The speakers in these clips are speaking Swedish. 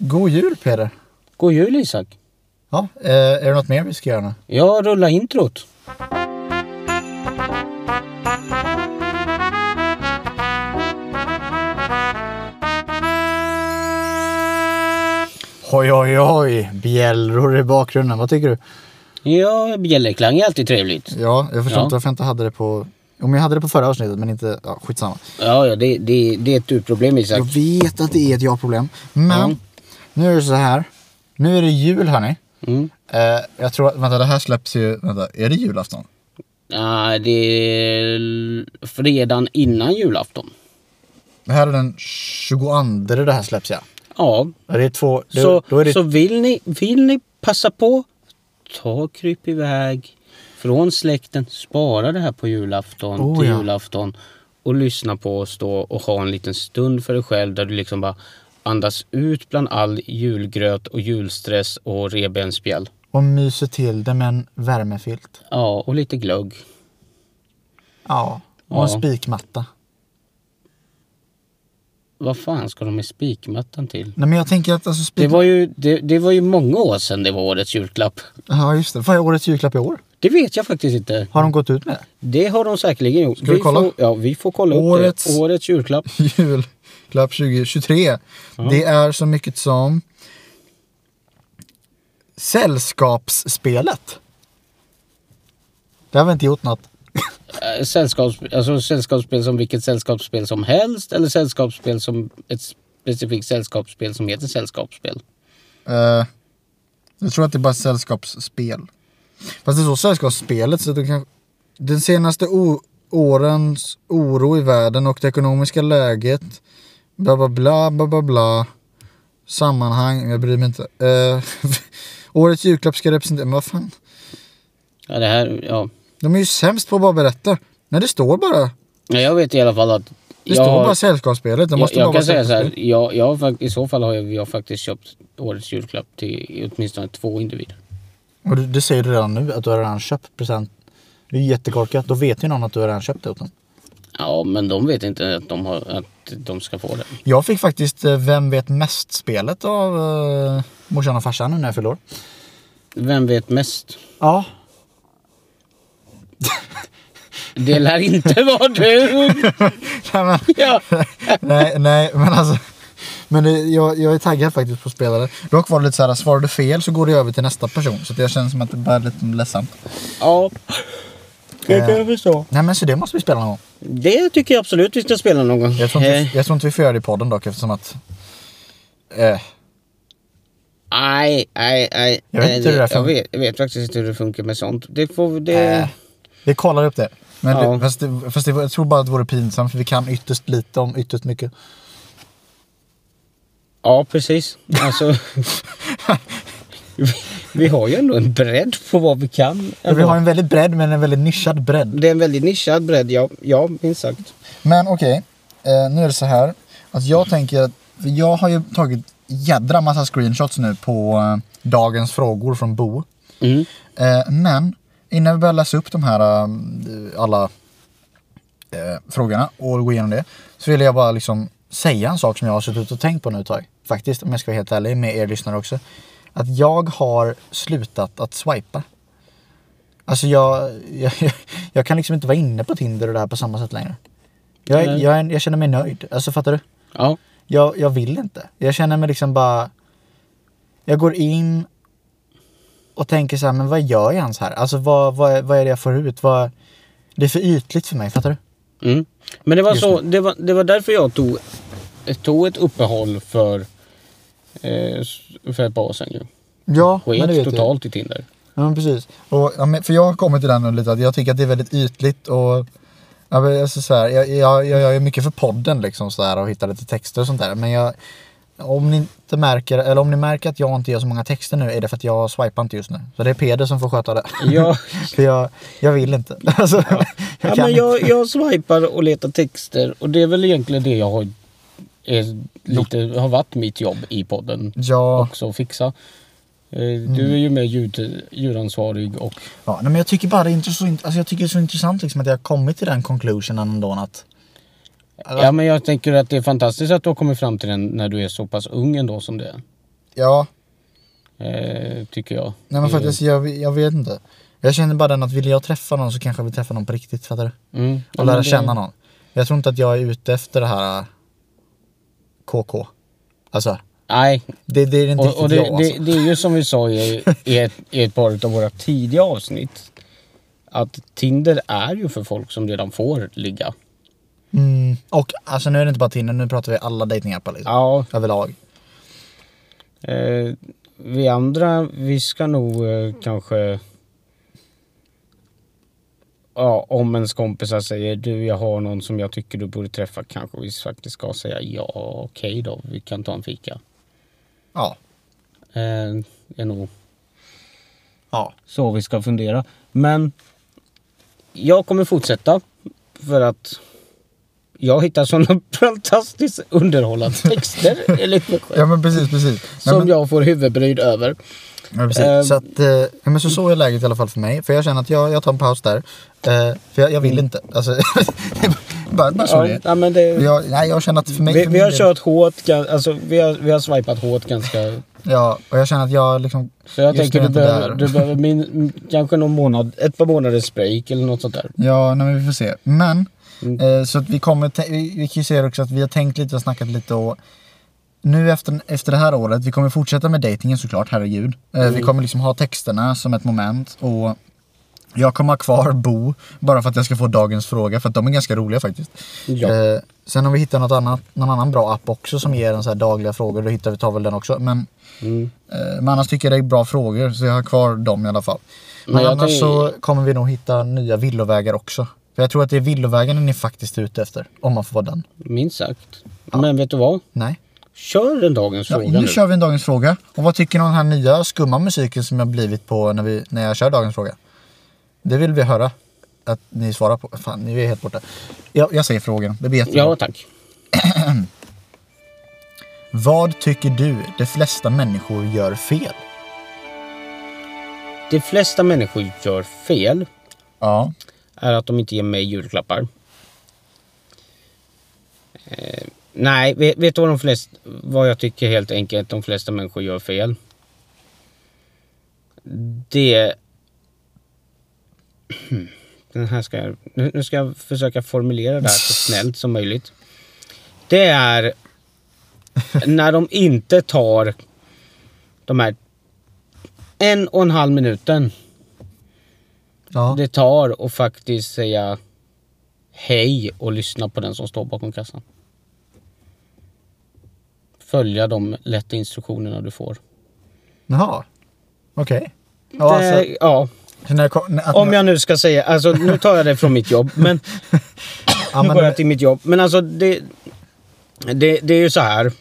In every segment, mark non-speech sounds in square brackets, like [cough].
God jul Peder! God jul Isak! Ja, eh, är det något mer vi ska göra nu? Jag rullar introt. Oj, oj, oj! Bjällror i bakgrunden, vad tycker du? Ja, bjällerklang är alltid trevligt. Ja, jag förstår Ja. inte varför jag inte hade det på... Om jag hade det på förra avsnittet, men inte... Ja, skitsamma. Ja, ja det, det, det är ett du-problem Isak. Jag vet att det är ett ja-problem, men Ja. nu är det så här. Nu är det jul hörni. Mm. Eh, jag tror att, vänta det här släpps ju, vänta, är det julafton? Nej, det är l- fredagen innan julafton. Det här är den 22 det här släpps ja. Ja, Ja, Det är två, det, så, då är det så vill, ni, vill ni passa på, ta och kryp iväg från släkten. Spara det här på julafton Oh, till ja. julafton. Och lyssna på oss då och ha en liten stund för dig själv där du liksom bara andas ut bland all julgröt och julstress och revbensspjäll. och myser till det med en värmefilt. Ja, och lite glögg. Ja, och en Ja. spikmatta. Vad fan ska de med spikmattan till? Nej men jag tänker att alltså spik... Det var ju, det, det var ju många år sedan det var årets julklapp. Ja just det. Vad är årets julklapp i år? Det vet jag faktiskt inte. Har de gått ut med Det har de säkerligen gjort. vi kolla? Får, ja, vi får kolla upp Årets- det. Årets julklapp. det? [laughs] Julklapp 2023. Det är så mycket som Sällskapsspelet. Det har väl inte gjort något? Eh, Sällskaps, alltså sällskapsspel som vilket sällskapsspel som helst eller sällskapsspel som ett specifikt sällskapsspel som heter sällskapsspel. Eh, jag tror att det är bara sällskapsspel. Fast det står sällskapsspelet så det kan... Den senaste o- årens oro i världen och det ekonomiska läget. Bla bla bla bla bla bla. Sammanhang, jag bryr mig inte. Eh, [laughs] årets julklapp ska representera, men vad fan. Ja, det här, ja. De är ju sämst på att bara berätta. Nej det står bara. Ja, Jag vet i alla fall att... Det jag står har- bara sällskapsspelet. Det Jag, måste bara jag kan vara säga så här, sällskapsspel. jag, jag, har fakt- i så fall har jag, jag faktiskt köpt årets julklapp till åtminstone två individer. Och du, det säger du redan nu att du har redan köpt present. Det är ju jättekorkat. Då vet ju någon att du har redan köpt det åt någon. Ja, men de vet inte att de, har, att de ska få det. Jag fick faktiskt eh, Vem vet mest-spelet av uh, morsan och farsan nu när jag fyllde år. Vem vet mest? Ja. Det lär inte vara du! [laughs] Nej, men, [laughs] Ja. nej, nej, men alltså. Men det, jag, jag är taggad faktiskt på spelare. Dock var det lite så här, svarar du fel så går det över till nästa person. Så det känns som att det bara är lite ledsamt. ja. Det kan jag förstå. Nej men så det måste vi spela någon gång. Det tycker jag absolut vi ska spela någon gång. Jag tror inte, Eh, vi- jag tror inte vi får göra det i podden dock eftersom att... Eh, Nej, nej, nej. Jag vet inte hur det där Eh, jag funkar. vet, jag vet faktiskt inte hur det funkar med sånt. Det får vi- det... eh, vi kollar upp det. Men Ja. det, fast, det, fast det, jag tror bara att det vore pinsamt för vi kan ytterst lite om ytterst mycket. Ja, precis. [laughs] Alltså... vi, vi har ju ändå en bredd på vad vi kan. Vi har en väldigt bredd men en väldigt nischad bredd. Det är en väldigt nischad bredd, ja, ja minst sagt. Men okej, eh, nu är det så här. Att jag tänker att, för jag har ju tagit jädra massa screenshots nu på eh, dagens frågor från Bo. Mm. Eh, men innan vi börjar läsa upp de här eh, alla eh, frågorna och gå igenom det. Så vill jag bara liksom säga en sak som jag har suttit och tänkt på nu ett tag. Faktiskt, om jag ska vara helt ärlig med er lyssnare också. Att jag har slutat att swipa. Alltså jag, jag, jag, jag kan liksom inte vara inne på Tinder och det här på samma sätt längre. Jag, Nej. jag, är- jag känner mig nöjd. Alltså fattar du? Ja. Jag, jag vill inte. Jag känner mig liksom bara... Jag går in och tänker så här, men vad gör jag ens här? Alltså vad, vad, vad är det jag får ut? Vad, det är för ytligt för mig, fattar du? Mm. Men det var, Just så, det, var, det var därför jag tog, tog ett uppehåll för, eh, s- för ett par år sedan. ju. Ja, men det Sket vet jag. totalt i Tinder. Ja, men precis. Och, ja, men, för jag har kommit till den nu lite att jag tycker att det är väldigt ytligt och... Ja, men, alltså, så här, jag, jag, jag gör ju mycket för podden liksom så här och hittar lite texter och sånt där. Men jag... Om ni inte märker, eller om ni märker att jag inte gör så många texter nu är det för att jag swipar inte just nu. Så det är Peder som får sköta det. Jag, [laughs] För jag, jag vill inte. [laughs] Alltså, jag ja, kan men inte. jag, jag swipar och letar texter och det är väl egentligen det jag har, är lite, har varit mitt jobb i podden. Ja, Också att fixa. Eh, Mm. Du är ju med ljud, ljudansvarig och ja, nej, men jag tycker bara det är inte så, int- alltså, jag tycker det är så intressant liksom, att jag har kommit till den conclusionen ändå. Att, Alltså- Ja men jag tänker att det är fantastiskt att du har kommit fram till den när du är så pass ung ändå som det är. Ja, eh, tycker jag. nej men faktiskt jag, jag vet inte. Jag känner bara den att vill jag träffa någon så kanske jag vill träffa någon på riktigt. Fattar du? Mm. Och lära känna någon. Jag tror inte att jag är ute efter det här äh, KK. Alltså, Nej, det, det är inte och, riktigt och jag det, alltså. det, det är ju som vi sa i, i, ett, i ett par av våra tidiga avsnitt. Att Tinder är ju för folk som redan får ligga. Mm, och alltså nu är det inte bara Tinder, nu pratar vi alla dejtingappar liksom. Ja, Överlag. eh, vi andra, vi ska nog eh, kanske... Ja, om ens kompisar säger du, jag har någon som jag tycker du borde träffa kanske vi faktiskt ska säga ja, okej då, vi kan ta en fika. Ja. Eh, är nog Ja. så vi ska fundera. Men jag kommer fortsätta för att jag hittar sådana [laughs] fantastiskt underhållande texter [laughs] enligt mig själv. Ja men precis, precis. Nej, Som men, jag får huvudbry över. men precis. Ehm. så att, eh, ja, men så, så är läget i alla fall för mig. För jag känner att jag, jag tar en paus där. Eh, för jag, jag vill inte. Alltså, [laughs] bara, bara så det Mm. Ja, är. nej, men det, jag, nej, jag känner att för mig... vi, för vi min har del- kört hårt, gan- alltså, vi, har, vi har swipat hårt ganska... Ja, och jag känner att jag liksom... Så jag Just tänker nu du är det behöver, där. du behöver min, kanske någon månad, ett par månaders break eller något sånt där. Ja, nej, men vi får se. Men, eh, så att vi kommer... tä- Vi, vi kan ju se också att vi har tänkt lite och snackat lite och... Nu efter, efter det här året, vi kommer fortsätta med datingen såklart, herregud. Eh, Vi kommer liksom ha texterna som ett moment och... Jag kommer ha kvar Bo, bara för att jag ska få dagens fråga, för att de är ganska roliga faktiskt. Ja. Eh, sen om vi hittar något annat, någon annan bra app också som ger en så här dagliga frågor, då hittar vi, tar väl den också. Men, eh, men annars tycker jag det är bra frågor, så jag har kvar dem i alla fall. Men, Men jag annars tänker- så kommer vi nog hitta nya villovägar också. För jag tror att det är villovägen ni faktiskt är ute efter, om man får vara den. Minst sagt. Men vet du vad? Nej. Kör den dagens Ja, fråga nu nu. kör vi en dagens fråga. Och vad tycker ni om den här nya skumma musiken som jag blivit på när, vi, när jag kör dagens fråga? Det vill vi höra att ni svarar på. Fan, ni är helt borta. Jag, jag säger frågan, det blir jättebra. Ja tack. Vad tycker du de flesta människor gör fel? De flesta människor gör fel. Ja. är att de inte ger mig julklappar. Eh, nej, vet, vet du vad, de flest, vad jag tycker helt enkelt de flesta människor gör fel? Det... [clears throat] Den här ska jag, nu nu ska jag försöka formulera det här så snällt som möjligt. Det är när de inte tar de här en och en halv minuten Ja. det tar och faktiskt säga hej och lyssna på den som står bakom kassan. Följa de lätta instruktionerna du får. Jaha. Okej. Ja, det, alltså, ja, så när jag kom, när, att, om jag nu ska säga, alltså nu tar jag det från mitt jobb, [laughs] men ja, nu men, går jag till mitt jobb. Men alltså det, det, det är ju så här.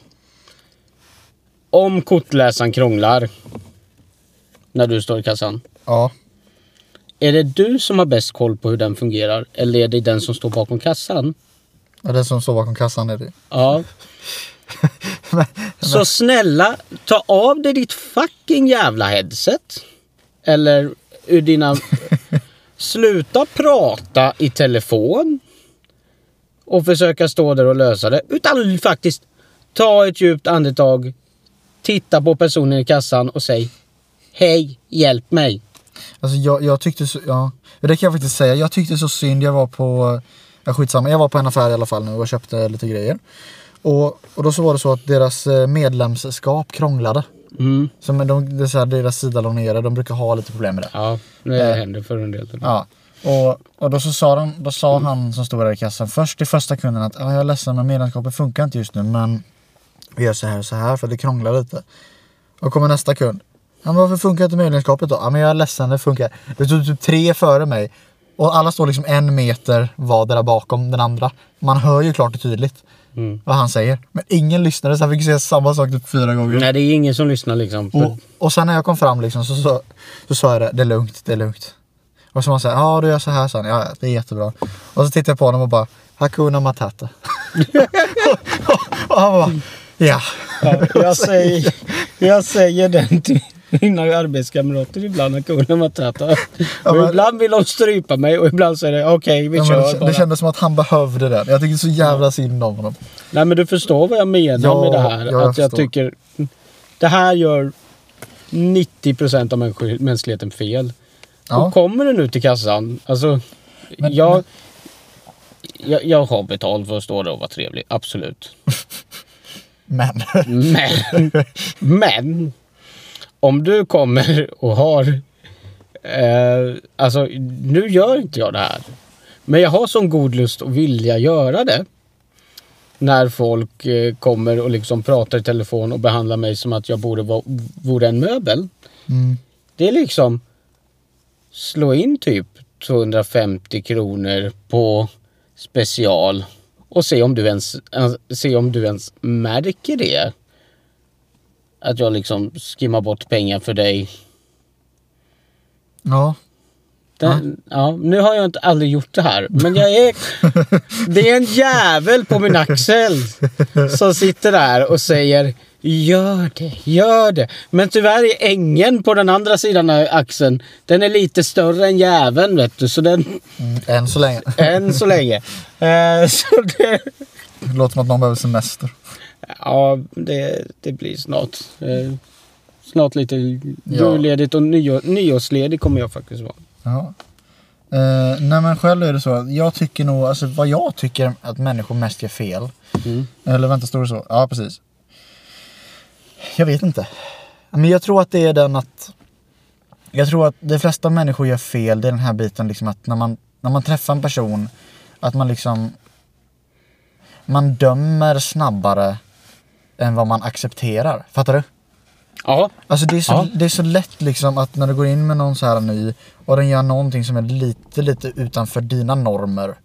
Om kortläsaren krånglar när du står i kassan. ja. Är det du som har bäst koll på hur den fungerar eller är det den som står bakom kassan? ja, den som står bakom kassan är det. Ja. Så snälla, ta av dig ditt fucking jävla headset. Eller ur [laughs] dina... Sluta prata i telefon. Och försöka stå där och lösa det. Utan faktiskt ta ett djupt andetag. Titta på personen i kassan och säg Hej, hjälp mig. [laughs] Alltså jag, jag tyckte så, ja. Men Det kan jag faktiskt säga. Jag tyckte så synd. Jag var på, ja skitsamma. Jag var på en affär i alla fall nu och köpte lite grejer. Och, och då så var det så att deras eh, medlemskap krånglade. Mm. Så men de, det är så här, deras sidalånerare, de brukar ha lite problem med det. Ja, det händer för en del. Ja. Och, och då så sa, de, då sa han som stod där i kassan först till första kunden att ah, jag är ledsen men medlemskapet funkar inte just nu men vi gör så här och så här för det krånglar lite. Och kommer nästa kund. Ja, men varför funkar inte medlemskapet då? Ja, men jag är ledsen det funkar. Det stod typ tre före mig och alla står liksom en meter vardera bakom den andra. Man hör ju klart och tydligt vad han säger. Men ingen lyssnade så han fick säga samma sak typ fyra gånger. Nej, det är ingen som lyssnar liksom. Och, och sen när jag kom fram liksom så, så, så sa jag det, det är lugnt, det är lugnt. Och så var han såhär, ja du gör så här sa han, ja ja, det är jättebra. Och så tittade jag på honom och bara, Hakuna Matata. [laughs] och han bara, ja. [laughs] Ja, jag, säger, jag säger den till mina arbetskamrater ibland, att Kuna Matata. Ja, Och men- ibland vill de strypa mig och ibland säger de okej, vi ja men kör det, bara. det kändes som att han behövde den. Jag tyckte så jävla synd om honom. Nej men du förstår vad jag menar Ja, med det här. ja, jag att jag förstår. tycker... Det här gör 90% av människ- mänskligheten fel. Ja. Och kommer du nu till kassan, alltså... Men- jag, jag, jag har betalt för att stå där och vara trevlig, absolut. Men. [laughs] Men, men om du kommer och har... Eh, alltså, nu gör inte jag det här. Men jag har sån god lust och vilja göra det. När folk eh, kommer och liksom pratar i telefon och behandlar mig som att jag borde vara, vore en möbel. Mm. Det är liksom... Slå in typ 250 kronor på special och se om du ens, eh, se om du ens märker det. Att jag liksom skimmar bort pengar för dig. Ja. Den, ja, nu har jag inte aldrig gjort det här, men jag [laughs] är... Det är en jävel på min axel som sitter där och säger Gör det, gör det. Men tyvärr är ängen på den andra sidan av axeln, den är lite större än jäveln vet du. Så den, Mm, Än så länge. än så länge. Eh, [laughs] så det, Det låter som att någon behöver semester. ja, det, det blir snart. Eh, snart lite Ja. julledigt och nyår, nyårsledig kommer jag faktiskt vara. Ja. Eh, nej men själv är det så att jag tycker nog, alltså vad jag tycker att människor mest gör fel. Mm. Eller vänta, står det så? Ja precis. Jag vet inte. Men jag tror att det är den att... Jag tror att de flesta människor gör fel. Det är den här biten liksom att när man, när man träffar en person. Att man liksom... Man dömer snabbare än vad man accepterar. Fattar du? Ja, Alltså det är, så, Ja. det är så lätt liksom att när du går in med någon så här ny och den gör någonting som är lite, lite utanför dina normer.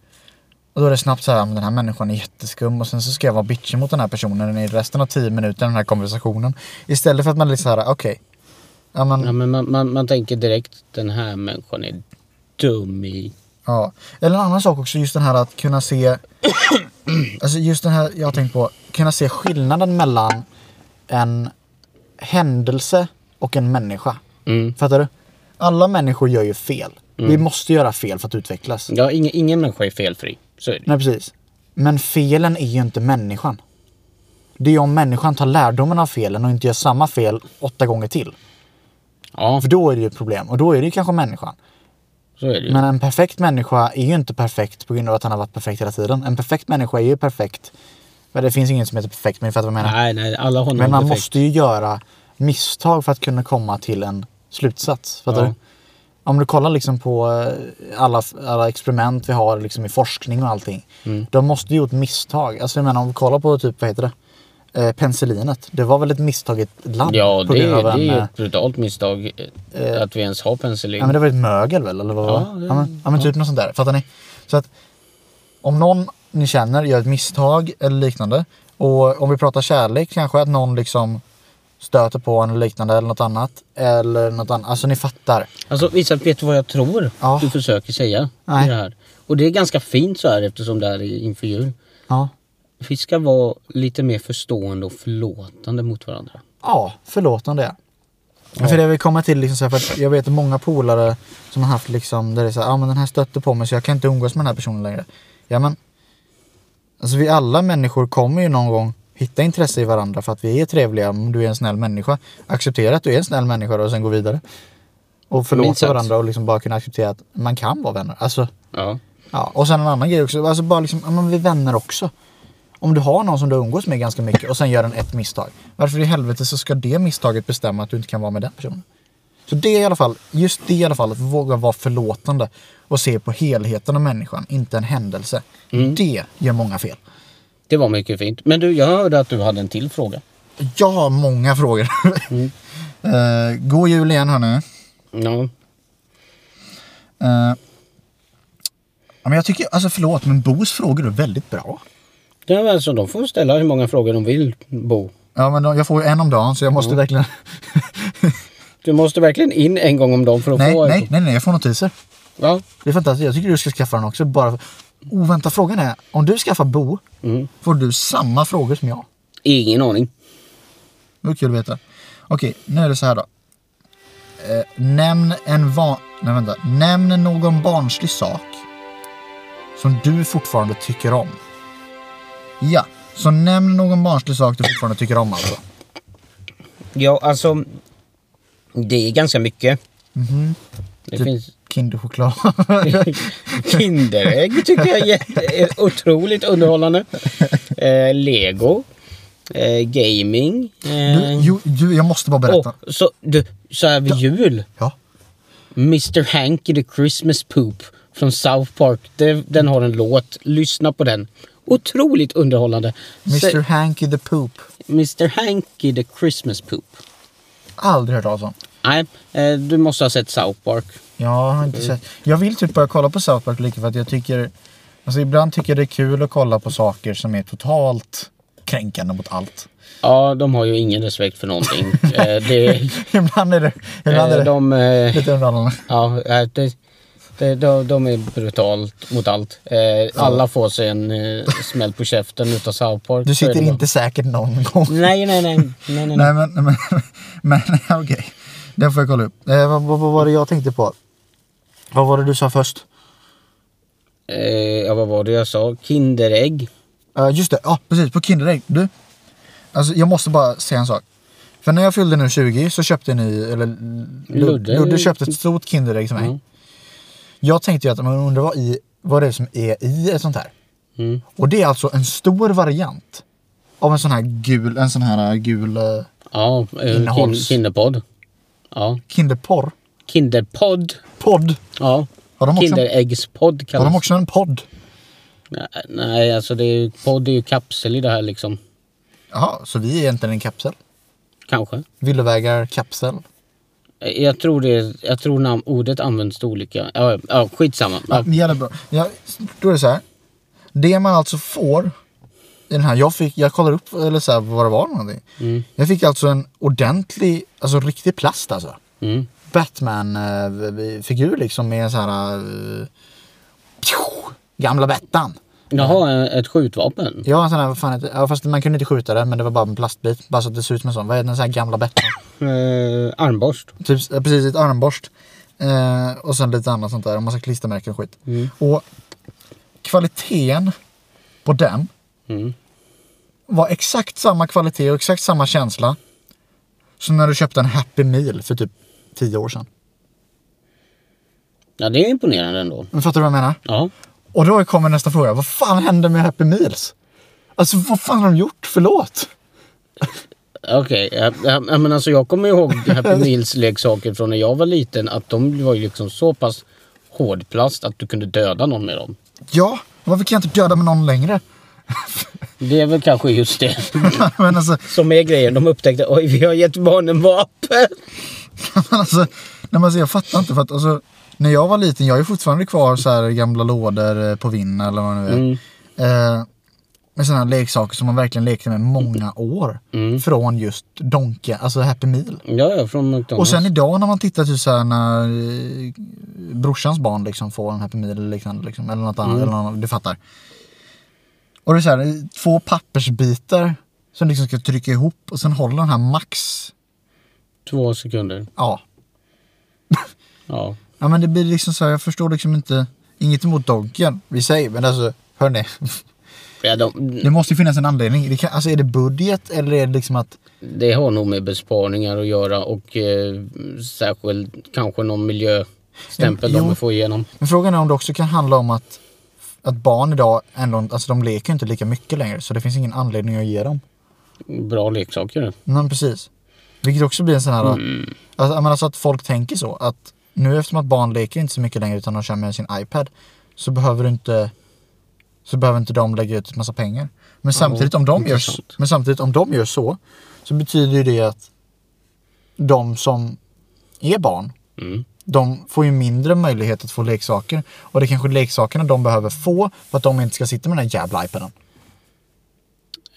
Och då är det snabbt så här, "Men den här människan är jätteskum och sen så ska jag vara bitchig mot den här personen i resten av 10 minuter i den här konversationen. Istället för att man är lite så här, okej. Ja Ja, men, men man, man, man tänker direkt den här människan är dum i... ja. Eller en annan sak också, just den här att kunna se, [coughs] alltså just den här jag har tänkt på, kunna se skillnaden mellan en händelse och en människa. Mm. Fattar du? Alla människor gör ju fel. Vi måste göra fel för att utvecklas. Ja, ingen, ingen människa är felfri. Så är det. Nej, precis. Men felen är ju inte människan. Det är ju om människan tar lärdomen av felen och inte gör samma fel åtta gånger till. Ja, För då är det ju ett problem och då är det ju kanske människan. så är det ju. Men en perfekt människa är ju inte perfekt på grund av att han har varit perfekt hela tiden. En perfekt människa är ju perfekt. Men det finns inget som heter perfekt, men för att vad jag menar. Nej, nej, alla har Men någon man defekt. måste ju göra misstag för att kunna komma till en slutsats. Fattar Ja. du? Om du kollar liksom på eh, alla, alla experiment vi har liksom i forskning och allting. Mm. De måste ju gjort misstag. Alltså jag menar om vi kollar på typ, vad heter det? Eh, penicillinet. Det var väl ett misstag i ett labb? Ja, på det, grund av en, det är eh, ett brutalt misstag eh, att vi ens har penicillin. Ja men det var ett mögel väl? Eller vad var Ja, det? det- ja, men, ja men typ något sånt där. Fattar ni? Så att om någon ni känner gör ett misstag eller liknande. Och om vi pratar kärlek kanske att någon liksom stöter på en eller liknande eller något annat. Eller något annat. Alltså ni fattar. Alltså Isak, vet du vad jag tror Ja. du försöker säga? Nej. I det här? Och det är ganska fint så här eftersom det här är inför jul. Ja. Vi ska vara lite mer förstående och förlåtande mot varandra. Ja, förlåtande är. Ja. För det vi kommer till liksom så här, för att jag vet många polare som har haft liksom där det är så här, ah, men den här stötte på mig så jag kan inte umgås med den här personen längre. Ja men. Alltså vi alla människor kommer ju någon gång hitta intresse i varandra för att vi är trevliga om du är en snäll människa. Acceptera att du är en snäll människa då, och sen gå vidare. Och Minst förlåta sagt. varandra och liksom bara kunna acceptera att man kan vara vänner. Alltså, Ja. ja. Och sen en annan grej också, alltså bara liksom, ja, men vi är vänner också. Om du har någon som du umgås med ganska mycket och sen gör den ett misstag. Varför i helvete så ska det misstaget bestämma att du inte kan vara med den personen? Så det i alla fall, just det i alla fall, att våga vara förlåtande och se på helheten av människan, inte en händelse. Det gör många fel. Det var mycket fint. Men du, jag hörde att du hade en till fråga. Jag har många frågor. [laughs] Eh, god jul igen hörni. Ja. Eh, ja, men jag tycker, alltså förlåt, men Bos frågor är väldigt bra. Det är väl så alltså, de får ställa hur många frågor de vill, Bo. Ja men de- jag får ju en om dagen så jag måste verkligen Du måste verkligen in en gång om dagen för att Nej, få... nej, nej, nej, jag får notiser. Ja. Det är fantastiskt. Jag tycker du ska skaffa den också. Bara för... oh, vänta, frågan är. Om du skaffar Bo, Mm. får du samma frågor som jag? Ingen aning. Det var kul att veta. Okej, nu är det så här då. Eh, nämn en van... Nej, vänta. Nämn någon barnslig sak som du fortfarande tycker om. Ja, så nämn någon barnslig sak du fortfarande tycker om alltså. Ja, alltså. Det är ganska mycket. Det Typ finns Kinderchoklad. [laughs] [laughs] Kinderägg tycker jag är, jätte, är otroligt underhållande. [laughs] Eh, Lego. Eh, gaming. [laughs] du, Eh, jo, jo, jag måste bara berätta. och så, du, så här vid jul. Ja. Mr Hanky the Christmas Poop från South Park. Det, den har en låt. Lyssna på den. Otroligt underhållande. Mr Se- Hanky the Poop. Mr Hanky the Christmas Poop. Aldrig hört talas om. Nej, eh, du måste ha sett South Park. Jag har inte Mm. sett. Jag vill typ börja kolla på South Park lika för att jag tycker... Alltså ibland tycker jag det är kul att kolla på saker som är totalt kränkande mot allt. [laughs] Ja, de har ju ingen respekt för någonting. eh, det, ibland är det... Ibland är det eh, de, eh, lite undanhållande. ja, eh, det, det, de, de är brutalt mot allt. Eh, alla får sig en eh, smäll på käften utav South Park. Du Så är sitter det bara- inte säkert någon gång. Nej, nej, nej. nej, nej, nej. Nej men, men, [laughs] men okej. Den får jag kolla upp. Eh, vad, vad, vad var det jag tänkte på? Vad var det du sa först? Eh, ja, vad var det jag sa? Kinderägg. Eh, just det, ja precis på Kinderägg. Du, alltså jag måste bara säga en sak. För när jag fyllde nu 20 så köpte ni, eller Ludde, Ludde- Ludde köpte ett stort Kinderägg till mig. Mm. Jag tänkte ju att man undrar vad, i, vad det är som är i ett sånt här. Mm. Och det är alltså en stor variant av en sån här gul, en sån här gul eh, Ja, eh, kin, Innehålls. kinderpodd. Ja, Kinderporr. kinderpodd. Podd. Ja, Har de också, kinderäggspodd har kallas de också en podd? Nej, Nej, alltså det är ju, podd är ju kapsel i det här liksom. Jaha, så vi är egentligen en kapsel? Kanske. Villovägar kapsel? Eh, Jag tror, det, är- jag tror nam- ordet används till olika. Ja, ja skitsamma. Ja, Ja, men jävla bra. Ja, då är det så här. Det man alltså får i den här, jag fick, jag kollar upp eller så här, vad det var någonting. Jag fick alltså en ordentlig, alltså riktig plast alltså. mm. Batman-figur liksom med en sån här... eh, pju, gamla Bettan. Jaha, eh, ett skjutvapen. Ja, en sån här, vad fan heter, ja, fast man kunde inte skjuta den men det var bara en plastbit. Bara så att det ser ut som en sån. Vad är den sån här gamla Bettan? Eh, armborst. Typ, eh, precis, ett armborst. Eh, och sen lite annat sånt där. Och massa klistermärken och skit. Och kvaliteten på den Mm. var exakt samma kvalitet och exakt samma känsla som när du köpte en Happy Meal för typ 10 år sedan. Ja, det är imponerande ändå. Men fattar du vad jag menar? Ja. Och då kommer nästa fråga. Vad fan hände med Happy Meals? Alltså vad fan har de gjort? Förlåt. Okej, ja, ja, ja, men alltså jag kommer [laughs] ihåg Happy Meals leksaker från när jag var liten. Att de var ju liksom så pass hårdplast att du kunde döda någon med dem. Ja, varför kan jag inte döda med någon längre? [laughs] Det är väl kanske just det men alltså, [laughs] som är grejen. De upptäckte oj vi har gett barnen vapen. [laughs] Men alltså, när man ser, jag fattar inte för att alltså, när jag var liten, jag är ju fortfarande kvar så här gamla lådor eh, på Vinn eller vad det nu är. Eh, med sådana här leksaker som man verkligen lekte med många år. Från just Donke, alltså Happy Meal. Ja, ja, från McDonalds. Och sen idag när man tittar typ såhär när eh, brorsans barn liksom får en Happy Meal eller liknande liksom, eller något annat, eller något, annat, du fattar. Och det är såhär, två pappersbitar som liksom ska trycka ihop och sen håller den här max, Två sekunder. ja, Ja. Ja men det blir liksom så här, jag förstår liksom inte. Inget emot Donken vi säger men alltså hörni. [laughs] ja de, Det måste ju finnas en anledning. Det kan, alltså är det budget eller är det liksom att. det har nog med besparingar att göra och eh, särskilt kanske någon miljöstämpel Jo. de vill få igenom. Men frågan är om det också kan handla om att. Att barn idag ändå, alltså de leker ju inte lika mycket längre så det finns ingen anledning att ge dem. Bra leksaker. Men precis. Vilket också blir en sån här. Mm. Alltså, jag menar, alltså att folk tänker så att nu eftersom att barn leker inte så mycket längre utan de kör med sin iPad. Så behöver du inte. Så behöver inte de lägga ut en massa pengar. Men samtidigt om de gör, intressant. men samtidigt om de gör så. Så betyder ju det att. De som är barn. Mm. De får ju mindre möjlighet att få leksaker. Och det är kanske leksakerna de behöver få för att de inte ska sitta med den här jävla iPaden.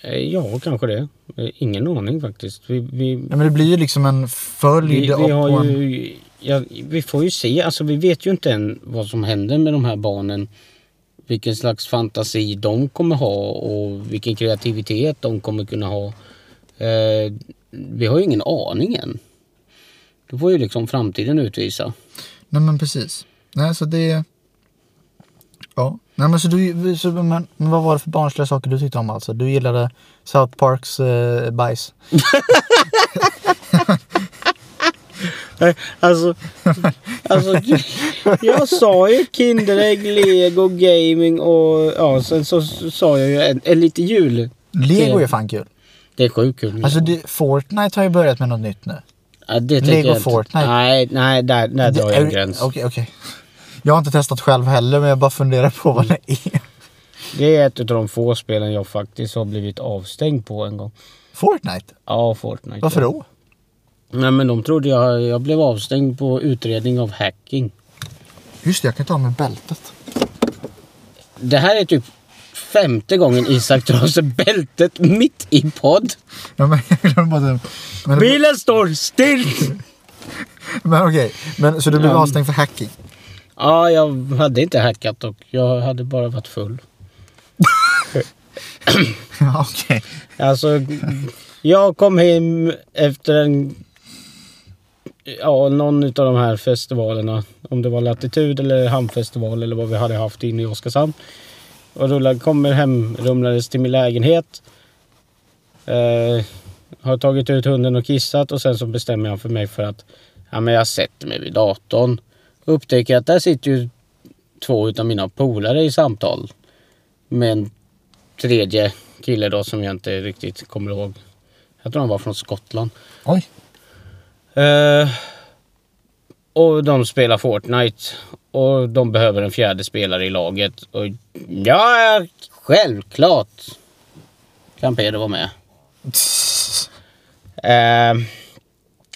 Eh, Ja, kanske det. Eh, Ingen aning faktiskt. Vi, vi, Nej, men det blir ju liksom en vi, följd vi, av- har på en... ju, ja, vi får ju se. Alltså, vi vet ju inte än vad som händer med de här barnen. Vilken slags fantasi de kommer ha och vilken kreativitet de kommer kunna ha. Eh, vi har ju ingen aning än. Det får ju liksom framtiden utvisa. Nej men precis. Nej så det... Ja. Nej men så du... Så, men, men vad var det för barnsliga saker du tyckte om alltså? Du gillade South Parks eh, bajs. Nej, alltså, [laughs] alltså, jag sa ju Kinderägg, Lego, gaming och ja, sen så sa jag ju en, en lite jul. Lego är fan kul. Det är sjukt kul. Alltså det, Fortnite har ju börjat med något nytt nu. ja, det tänker Lego jag inte. Fortnite. Nej, nej, där, där drar jag en gräns. Okej, okej. Jag har inte testat själv heller men jag bara funderar på vad det är. Det är ett av de få spelen jag faktiskt har blivit avstängd på en gång. Fortnite? Ja, Fortnite. Varför då? Nej, men de trodde jag... Jag blev avstängd på utredning av hacking. Just det, jag kan ta av mig bältet. Det här är typ femte gången Isak drar sig bältet mitt i podd. Ja, men, jag glömde bara det. men, Bilen står [laughs] still! men okej, men, så du blev Ja. avstängd för hacking? [laughs] Ja, jag hade inte hackat och jag hade bara varit full. Ja, okej. Alltså, jag kom hem efter en... Ja, någon av de här festivalerna. Om det var Latitud eller Hamnfestival eller vad vi hade haft inne i Oskarshamn. Och rullade, kommer hem, rumlades till min lägenhet. Eh, har tagit ut hunden och kissat och sen så bestämmer jag för mig för att ja, men jag sätter mig vid datorn. Upptäcker att där sitter ju två utav mina polare i samtal. Med en tredje kille då som jag inte riktigt kommer ihåg. Jag tror han var från Skottland. Oj. Eh, och de spelar Fortnite. Och de behöver en fjärde spelare i laget. Och ja, självklart kan Peder vara med. Eh,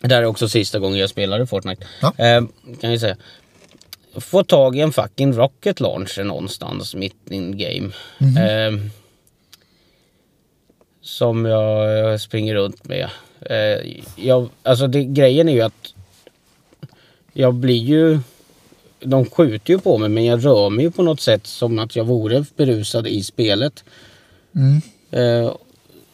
det här är också sista gången jag spelade Fortnite. Ja. Eh, kan jag säga. Få tag i en fucking rocket launcher någonstans mitt in game. Eh, som jag eh, springer runt med. Eh, jag, alltså det, grejen är ju att jag blir ju... De skjuter ju på mig men jag rör mig ju på något sätt som att jag vore berusad i spelet. Mm. Eh,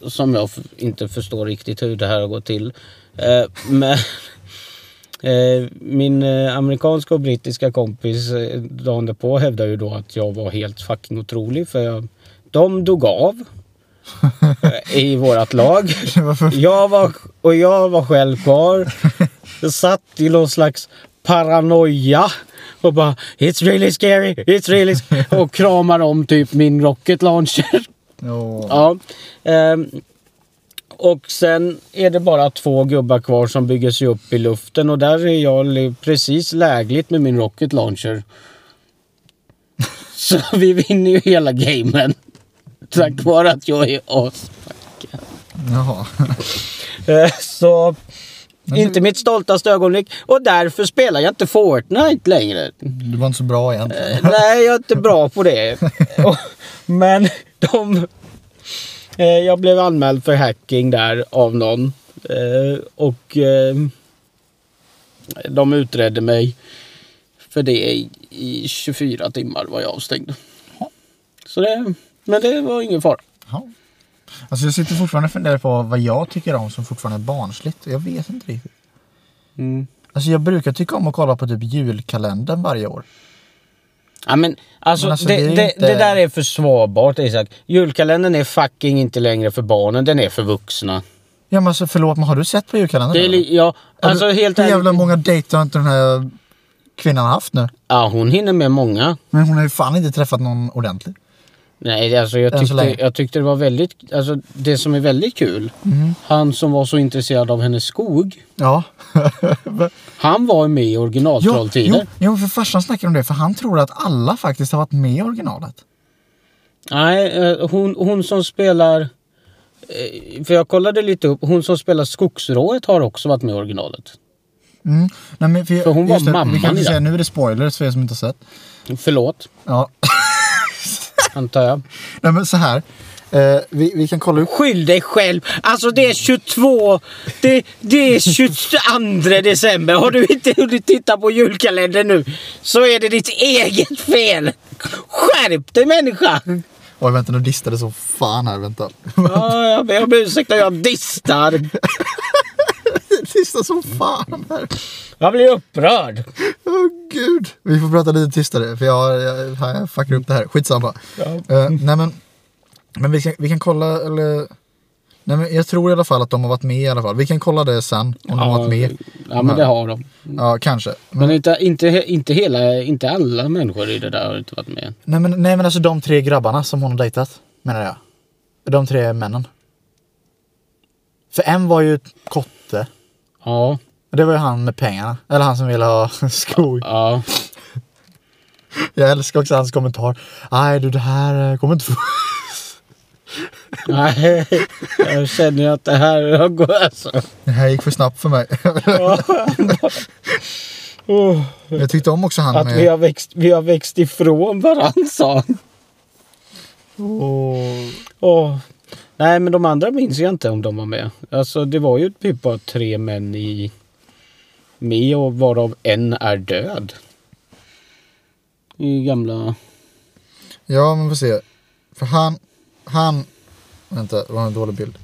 som jag f- inte förstår riktigt hur det här har gått till. Eh, men [laughs] eh, min eh, amerikanska och brittiska kompis eh, dagen därpå hävdar ju då att jag var helt fucking otrolig för jag, de dog av eh, i vårat lag. Varför? Jag var, och jag var själv kvar. Jag satt i någon slags paranoia och bara It's really scary, it's really sc-" och kramar om typ min rocket launcher. Ja. Ja. Ehm, och sen är det bara två gubbar kvar som bygger sig upp i luften och där är jag li- precis lägligt med min rocket launcher. Så vi vinner ju hela gamen. Tack vare att jag är as. [laughs] Jaha. Eh, Så... Inte mitt stoltaste ögonblick och därför spelar jag inte Fortnite längre. Du var inte så bra egentligen. Eh, Nej, jag är inte bra på det. [laughs] Och- Men de... eh, Jag blev anmäld för hacking där av någon. Eh, Och eh, de utredde mig för det i- i 24 timmar var jag avstängd. Ja. Så det, men det var ingen fara. Ja. Alltså jag sitter fortfarande och funderar på vad jag tycker om som fortfarande är barnsligt. Jag vet inte riktigt. Alltså jag brukar tycka om att kolla på typ julkalendern varje år. Ja, men, alltså, Men alltså, det, det är det, ju det, inte- där är försvarbart Isak. Julkalendern är fucking inte längre för barnen, den är för vuxna. Ja men alltså förlåt men har du sett på julkalendern? Det är eller? li- ja, Har alltså du, helt Hur jävla ärligt. många dejter har inte den här kvinnan haft nu? Ja, hon hinner med många. Men hon har ju fan inte träffat någon ordentligt. Nej, alltså jag Än så tyckte, länge. jag tyckte det var väldigt, alltså det som är väldigt kul, Mm. han som var så intresserad av hennes skog, Ja. [laughs] han var ju med i jo, originaltrolltider. jo, jo, för farsan snackar om det för han tror att alla faktiskt har varit med i originalet. Nej, eh, hon, hon som spelar, eh, för jag kollade lite upp, hon som spelar skogsrået har också varit med i originalet. Mm. Nej, men För hon var just det, mamman Vi kan i inte säga, den. nu är det spoilers för er som inte har sett. Förlåt, Ja. antar jag. Nej men så här. Eh, vi, vi kan kolla upp. Skyll dig själv! Alltså det är 22... Det, det är 22 december. Har du inte hunnit titta på julkalendern nu så är det ditt eget fel! Skärp dig människa! Oj vänta nu distade så fan här, vänta. [laughs] Ja, jag ber om ursäkt att jag distar. distade så fan här. Jag blir upprörd. Åh gud. Vi får prata lite tystare för jag, jag, jag fuckar upp det här. Skitsamma. Ja. Eh, nej men. Men vi, ska, vi kan kolla eller. Nej men jag tror i alla fall att de har varit med i alla fall. Vi kan kolla det sen om de har Ja, varit med. Ja, men det har de. Ja, kanske. Men, Men inte, inte, he- inte, hela, inte alla människor i det där har inte varit med. nej, men, nej men alltså de tre grabbarna som hon har dejtat menar jag. De tre männen. För en var ju ett kotte. Ja, Och Det var ju han med pengarna. Eller han som ville ha [laughs] skog. ja. Jag älskar också hans kommentar. Nej du det här eh, kommer inte få... [laughs] Nej, jag känner ju att det här har gått alltså. Det här gick för snabbt för mig. [laughs] Åh, Jag tyckte om också han Att vi med... har, växt, vi har växt ifrån varandra sa han. Och... Åh. Nej, men de andra minns jag inte om de var med. Alltså, det var ju typ bara tre män i med och varav en är död. I gamla... Ja, men vi får se. För han... Han... Vänta, det var en dålig bild.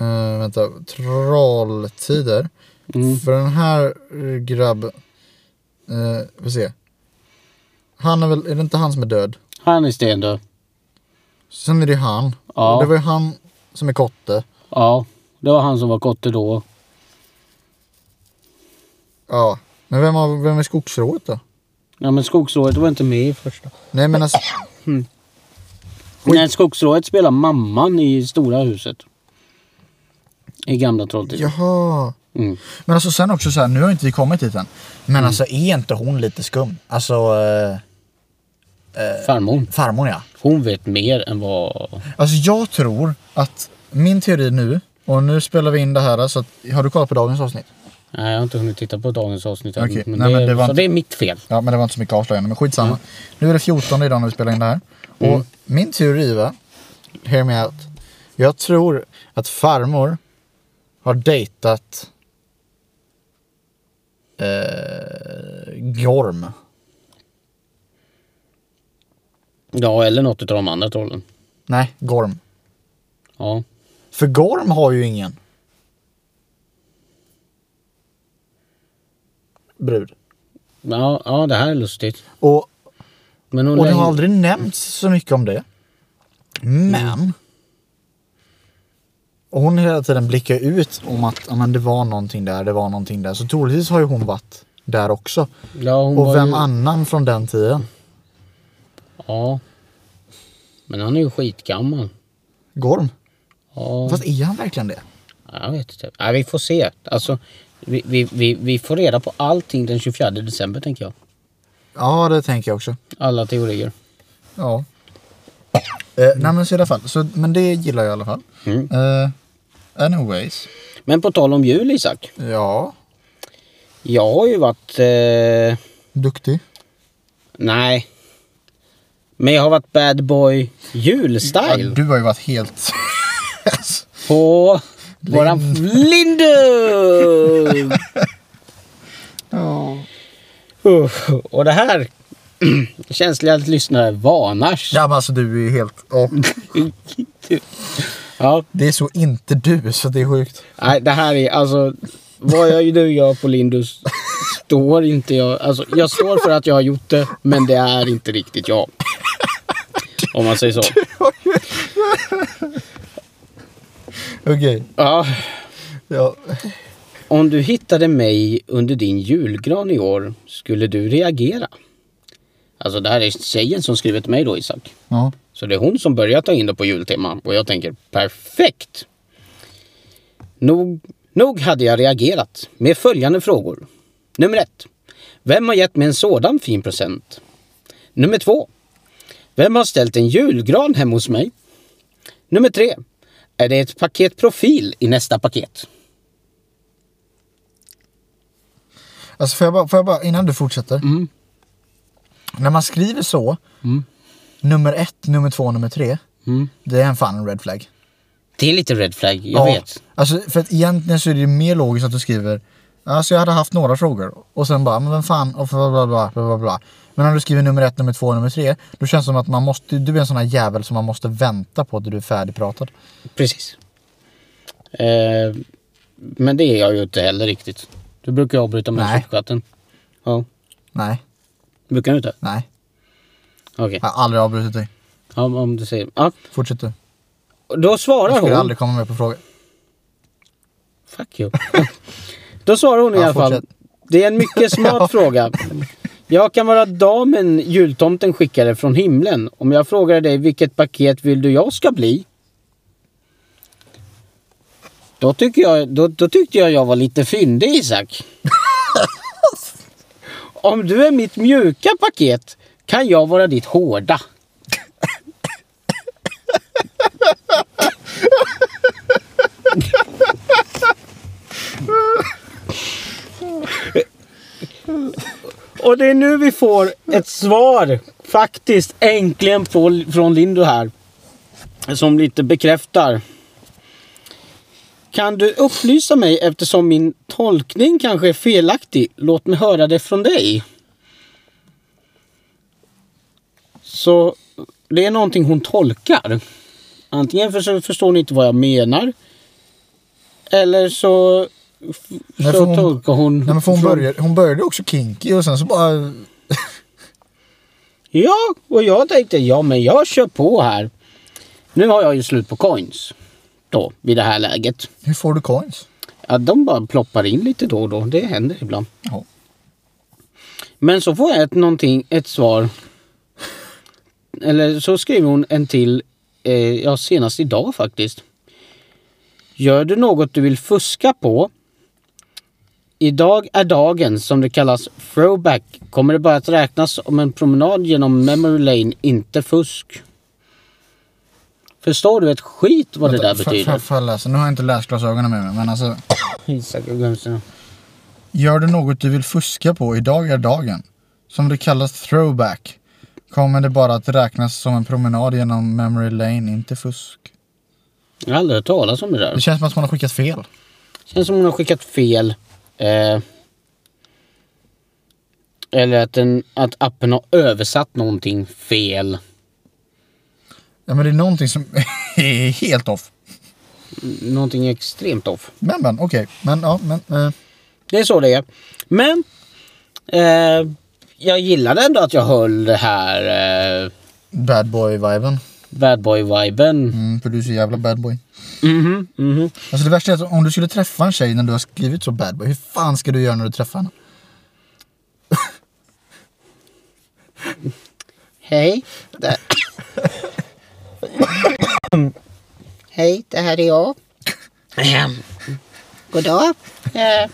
Eh, vänta, trolltider. Mm. För den här grabben... Uh, vi får se. Han är väl... Är det inte han som är död? Han är stendöd. Sen är det ju han. Ja. Och Det var ju han som är kotte. Ja, det var han som var kotte då. Ja. Men vem, har, vem är skogsrået då? Ja, men skogsrået var inte med i första. Nej men alltså... Nej, skogsrået spelar mamman i stora huset. I gamla Trolltider. Jaha. Mm. Men alltså sen också så här, nu har inte vi kommit hit än. Men alltså är inte hon lite skum? Alltså... eh, Farmor. farmor ja. Hon vet mer än vad... Alltså jag tror att min teori nu, och nu spelar vi in det här så att, har du kollat på dagens avsnitt? Nej, jag har inte hunnit titta på dagens avsnitt än. Okej, Men nej, det, men det var så inte- det är mitt fel. Ja men det var inte så mycket avslöjande men skitsamma. Nu är det 14 idag när vi spelar in det här. Och min teori va, hear me out. Jag tror att farmor har dejtat eh, Gorm. Ja, eller något av de andra trollen. Nej, Gorm. Ja. För Gorm har ju ingen. Brud. Ja, ja, det här är lustigt. Och Men hon Och det läng- har aldrig nämnts så mycket om det. Mm. Men. Och hon hela tiden blickar ut om att ja, men det var någonting där, det var någonting där. Så troligtvis har ju hon varit där också. ja, hon var Och vem ju... annan från den tiden? Ja. Men han är ju skitgammal. Gorm? Ja, Fast är han verkligen det? jag vet inte. Ja, vi får se. Alltså, vi, vi, vi, vi får reda på allting den 24 december tänker jag. Ja, det tänker jag också. Alla teorier. Ja. Eh, nej men så i alla fall. Så, men det gillar jag i alla fall. Mm. Eh, anyways. Men på tal om jul Isak. Ja. Jag har ju varit... Eh... Duktig. Nej. Men jag har varit bad boy Ja, julstyle. du har ju varit helt... [laughs] På våran Lindum! ja. Uff, Och det här [clears throat] känsliga lyssnare varnars. Ja men alltså du är ju helt... ja. [laughs] Ja, Det är så inte du, så det är sjukt. nej, det här är alltså vad jag nu gör på Lindus står inte jag. Alltså, jag står för att jag har gjort det, men det är inte riktigt jag. Om man säger så. Okej, Ja, ja. om du hittade mig under din julgran i år, skulle du reagera? Alltså det här är tjejen som skriver till mig då Isak. ja. Så det är hon som börjar ta in det på jultema och jag tänker perfekt. Nog, nog hade jag reagerat med följande frågor. Nummer ett. Vem har gett mig en sådan fin present? Nummer två. Vem har ställt en julgran hemma hos mig? Nummer tre. Är det ett paket profil i nästa paket? Alltså får jag, bara, får jag bara, innan du fortsätter. Mm. När man skriver så, nummer ett, nummer två, nummer tre. Det är en fan en red flag. Det är lite red flag, jag vet. Alltså för att egentligen så är det ju mer logiskt att du skriver, alltså jag hade haft några frågor. Och sen bara, men vem fan, och bla bla bla bla bla bla. Men när du skriver nummer ett, nummer två, nummer tre. Då känns det som att man måste, du är en sån här jävel som man måste vänta på att du är färdigpratad. Precis. Eh, men det är jag ju inte heller riktigt. Du brukar jag avbryta med Nej. sopkatten. Ja, Nej, brukar du inte? nej. Okej, Jag har aldrig avbrutit dig. om, om du säger... Ja, Fortsätt du. då Jag svarar skulle hon... aldrig komma med på frågor. Fuck you. [laughs] Då svarar hon i Ja, alla fall. fortsätt. Det är en [laughs] mycket smart fråga. Jag kan vara damen jultomten skickade från himlen. Om jag frågar dig vilket paket vill du jag ska bli? Då, tycker jag, då, då tyckte jag jag var lite [laughs] fyndig Isak. Om du är mitt mjuka paket kan jag vara ditt hårda. Och det är nu vi får ett svar, faktiskt, äntligen på, från Lindo här. Som lite bekräftar. Kan du upplysa mig eftersom min tolkning kanske är felaktig? Låt mig höra det från dig. Så det är någonting hon tolkar. Antingen för, så förstår ni inte vad jag menar. Eller så, Nej, för så hon- tolkar hon. Nej men för hon, från- började, hon började också kinky och sen så bara... Ja, och jag tänkte ja men jag kör på här. Nu har jag ju slut på coins. Då, vid det här läget. Hur får du coins? Ja, de bara ploppar in lite då och då. Det händer ibland. Ja. Men så får jag ett, någonting, ett svar. Eller så skriver hon en till, eh, ja senast idag faktiskt. Gör du något du vill fuska på? Idag är dagen som det kallas throwback. Kommer det bara att räknas som en promenad genom memory lane, inte fusk. Förstår du ett skit vad det där betyder? Får jag läsa? Nu har jag inte läsglasögonen med mig men alltså. Isak, jag glömde säga. Gör du något du vill fuska på, idag är dagen. Som det kallas throwback. Kommer det bara att räknas som en promenad genom memory lane, inte fusk. Jag har aldrig hört talas om det där. Det känns som att man har skickat fel. Känns som hon har skickat fel. Eh, eller att, den, att appen har översatt någonting fel. Ja men det är någonting som [laughs] är helt off. N- Någonting extremt off. Men men okej. Men ja men. Eh, Det är så det är. Men eh, jag gillade ändå att jag höll det här eh, bad boy viben. bad boy-viben. Mm, för du är så jävla bad boy. Mhm, mhm. Alltså det värsta är att om du skulle träffa en tjej när du har skrivit så bad boy. Hur fan ska du göra när du träffar henne? Hej. Det... [coughs] Hej, det här är jag. Ehm, God dag. Eh,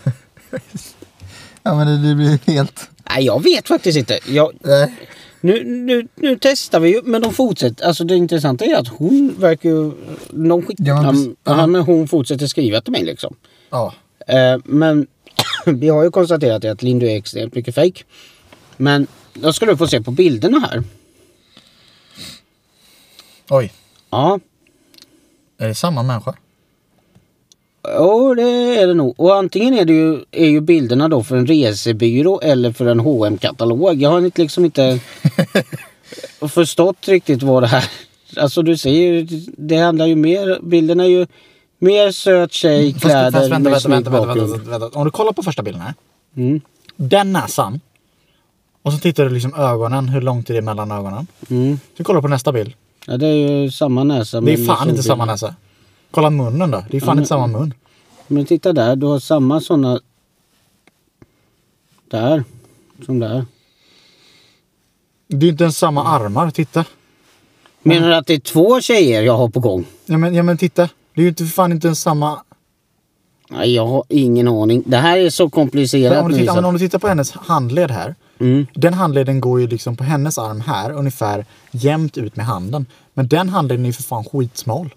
Ja men det, det blir helt. nej, jag vet faktiskt inte. Jag, Nej. Nu, nu, nu testar vi ju, men de fortsätter. Alltså det intressanta är att hon verkar ju... De skickar, Ja, ja, men precis. men, hon fortsätter skriva till mig liksom. Ja. Eh, men [clears throat] vi har ju konstaterat att Lindu är extremt mycket fake. Men då ska du få se på bilderna här. Oj. Ja, Är det samma människa? oh, det är det nog. Och antingen är det ju, är ju bilderna då för en resebyrå eller för en hm katalog Jag har inte- [laughs] liksom inte förstått riktigt vad det här... Alltså du ser ju, det handlar ju mer, bilderna är ju mer söt Mm, tjej, kläder, med snygg bakgrund. vänta. Om du kollar på första bilden här. Mm, Den näsan. Och så tittar du liksom ögonen, hur långt är det mellan ögonen? mm. Så kollar du på nästa bild. Ja, det är ju samma Det näsa. är men liksom fan som inte samma bild. näsa. Kolla munnen då. Det är fan inte samma mun. Men titta där, du har samma sådana... Där. Som där. Det är inte ens samma armar. Titta. Menar du att det är två tjejer jag har på gång? Ja men, ja, men titta. Det är ju inte, för fan inte ens samma... Nej, jag har ingen aning. Det här är så komplicerat Om du, nu. tittar, men Isak. om du tittar på hennes handled här. Mm. Den handleden går ju liksom på hennes arm här ungefär jämnt ut med handen. Men den handleden är ju för fan skitsmal.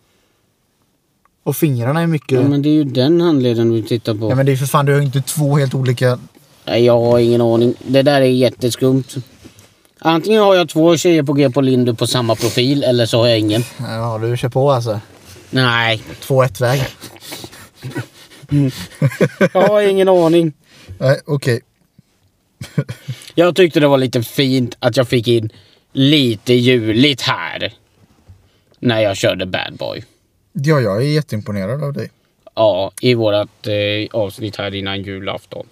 Och fingrarna är mycket... Ja, men det är ju den handleden vi tittar på. Ja men det är för fan, du har ju inte två helt olika... Nej, jag har ingen aning. Det där är jätteskumt. Antingen har jag två tjejer på G på Lindu på samma profil eller så har jag ingen. Ja du kör på alltså. Nej, Två ett väg. jag har ingen aning. Nej okej. Jag tyckte det var lite fint att jag fick in lite juligt här. När jag körde Bad Boy. Ja jag är jätteimponerad av dig. Ja, i vårat eh, avsnitt här innan julafton.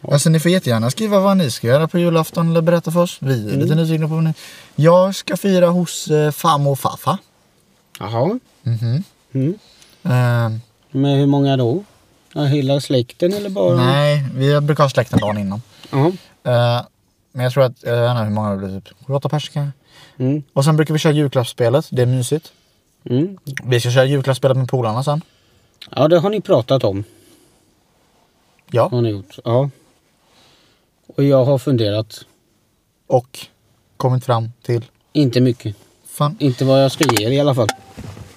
Alltså ni får jättegärna skriva vad ni ska göra på julafton eller berätta för oss. Vi är lite nyfikna på vad ni... Jag ska fira hos eh, farmor och farfar. Jaha. Mhm. Mm. Ehm, Men hur många då? Ja, hela släkten eller bara... Nej, vi brukar ha släkten dagen innan. Ja. Eh, men jag tror att, jag vet inte hur många det blir, typ 7-8 pers kanske. Mm. Och sen brukar vi köra julklappsspelet, det är mysigt. Mm. Vi ska köra julklappsspelet med polarna sen. ja, det har ni pratat om. Ja, Har ni gjort. Ja. Och jag har funderat. och kommit fram till... Inte mycket. Fan. Inte vad jag ska ge er i alla fall.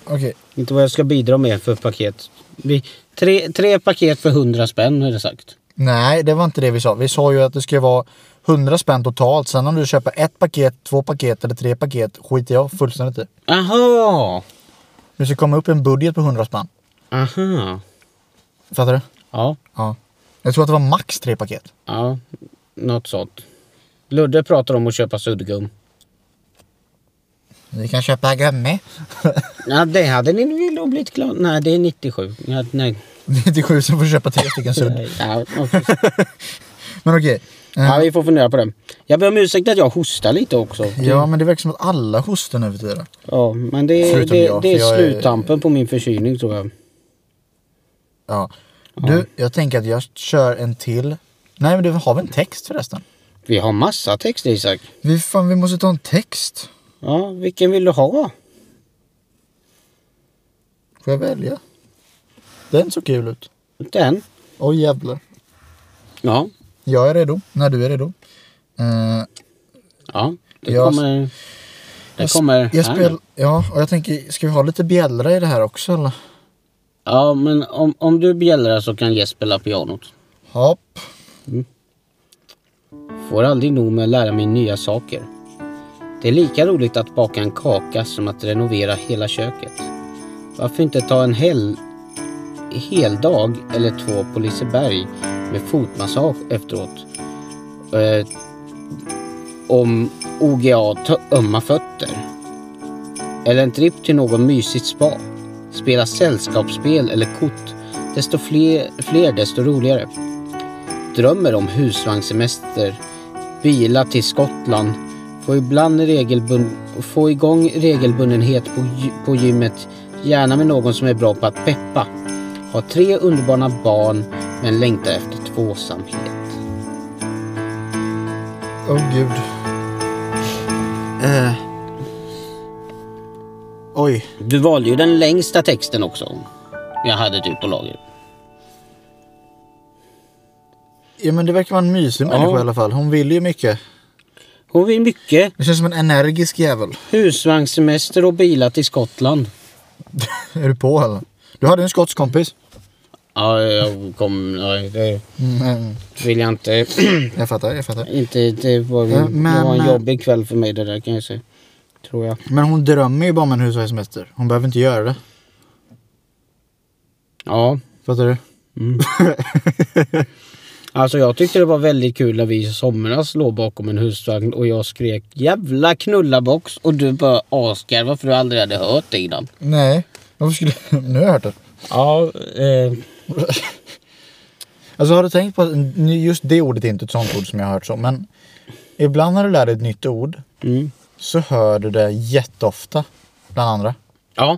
Okej, Inte vad jag ska bidra med för paket. Vi, tre, tre paket för 100 spänn är det sagt. nej det var inte det vi sa. Vi sa ju att det ska vara 100 spänn totalt. Sen om du köper ett paket, två paket eller tre paket skiter jag fullständigt i. Aha! Du ska komma upp i en budget på 100 spänn. Aha. Fattar du? Ja. Ja. Jag tror att det var max tre paket. Ja. Något sånt. Ludde pratar om att köpa suddgum. Vi kan köpa [laughs] gummi. Ja, det hade ni väl då blivit glada Nej, det är 97. Ja, nej. 97 som får köpa tre stycken sudd. Ja, okej. Men okej. Eh, ja, vi får fundera på det. Jag ber om ursäkt att jag hostar lite också. Ja men det verkar som att alla hostar nu för tiden. Ja, men det, är- Förutom det, jag, det är för jag är- sluttampen på min förkylning tror jag. Ja. Du, jag tänker att jag kör en till. Nej men du, har vi en text förresten? Vi har massa texter Isak. Vi, fan, vi måste ta en text. Ja, vilken vill du ha? Får jag välja? Den såg kul ut. Den? Oj jävlar. Ja. Jag är redo när du är redo. Eh, Ja, det Jag- kommer... Det jag sp- kommer... jag här. spel, ja, och jag tänker, ska vi ha lite bjällra i det här också eller? Ja, men om, om du bjällrar så kan Jesper spela pianot. Hopp. Får aldrig nog med att lära mig nya saker. Det är lika roligt att baka en kaka som att renovera hela köket. Varför inte ta en hel, hel dag eller två på Liseberg med fotmassage efteråt? Eh, om OGA tar ömma fötter. Eller en tripp till någon mysigt spa. Spela sällskapsspel eller kort. Desto fler, fler desto roligare drömmer om husvagnssemester, bila till Skottland, få, ibland regelbund, få igång regelbundenhet på, gy- på gymmet, gärna med någon som är bra på att peppa. Ha tre underbara barn, men längtar efter tvåsamhet. Åh oh, gud. Eh. Oj. Du valde ju den längsta texten också. Jag hade typ på lager. Ja men det verkar vara en mysig människa i alla fall. Hon vill ju mycket. Hon vill mycket. Det känns som en energisk jävel. Husvagnssemester och bila till Skottland. Är du på eller? Du hade en skottskompis. Ja, jag kom... Nej, det Mm, vill jag inte... jag fattar, jag fattar. Inte, det var, Ja, men- det var en Mm, men- eh, jobbig kväll för mig det där kan jag säga. Tror jag. Men hon drömmer ju bara om en husvagnssemester. Hon behöver inte göra det. Ja. Fattar du? Alltså jag tyckte det var väldigt kul när vi i somras låg bakom en husvagn och jag skrek jävla knullabox och du bara asgarvade för du aldrig hade hört det innan. Nej. Varför skulle... [laughs] nu har jag hört det. Ja, eh, Alltså har du tänkt på att nu- just det ordet är inte ett sånt ord som jag har hört så. Men ibland när du lär dig ett nytt ord mm. så hör du det jätteofta. Bland andra. ja.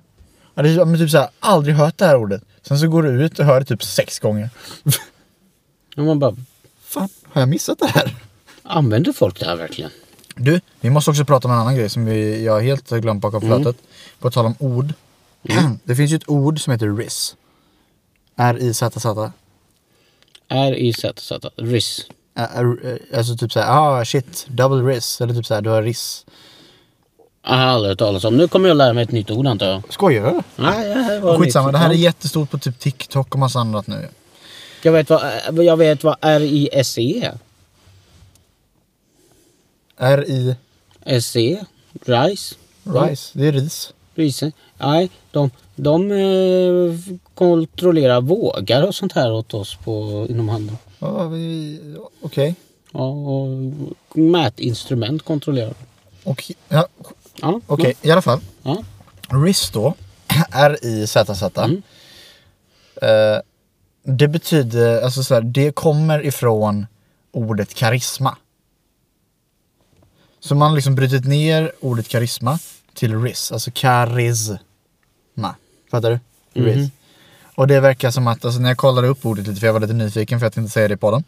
Ja, det är men typ såhär, aldrig hört det här ordet. Sen så går du ut och hör det typ sex gånger. Och man bara, Fan, har jag missat det här? använder folk det här verkligen? Du, vi måste också prata om en annan grej som vi, jag helt har glömt bakom flötet. På tal om ord. [clears throat] Det finns ju ett ord som heter RIS. R-I-Z-Z. Är i ZZ, RIS. Ä- ä- Alltså typ såhär, ah shit, double RIS. Eller typ såhär, du har RIS. Jag har aldrig hört talas om. Nu kommer jag lära mig ett nytt ord antar jag. Skojar du? Nej, det här var Skitsamma, nytt. det här är Ja. jättestort på typ TikTok och massa annat nu. Jag vet vad, jag vet vad RISE E är. R-I... SE, E, RISE. RISE, det är ris. Priser? Nej, de, de eh, kontrollerar vågar och sånt här åt oss på, inom handeln. Ja, vi- Okej. Ja, och mätinstrument kontrollerar de. Och, ja, Ja, Okej, i alla fall. Ja, RIS då, [clears throat] R-I-Z-Z. Mm. Eh, det betyder, alltså så här, det kommer ifrån ordet karisma. Så man har liksom brutit ner ordet karisma till RIS, alltså karisma. Fattar du? RIS. Och det verkar som att, alltså när jag kollade upp ordet lite för jag var lite nyfiken för att inte säga det på den.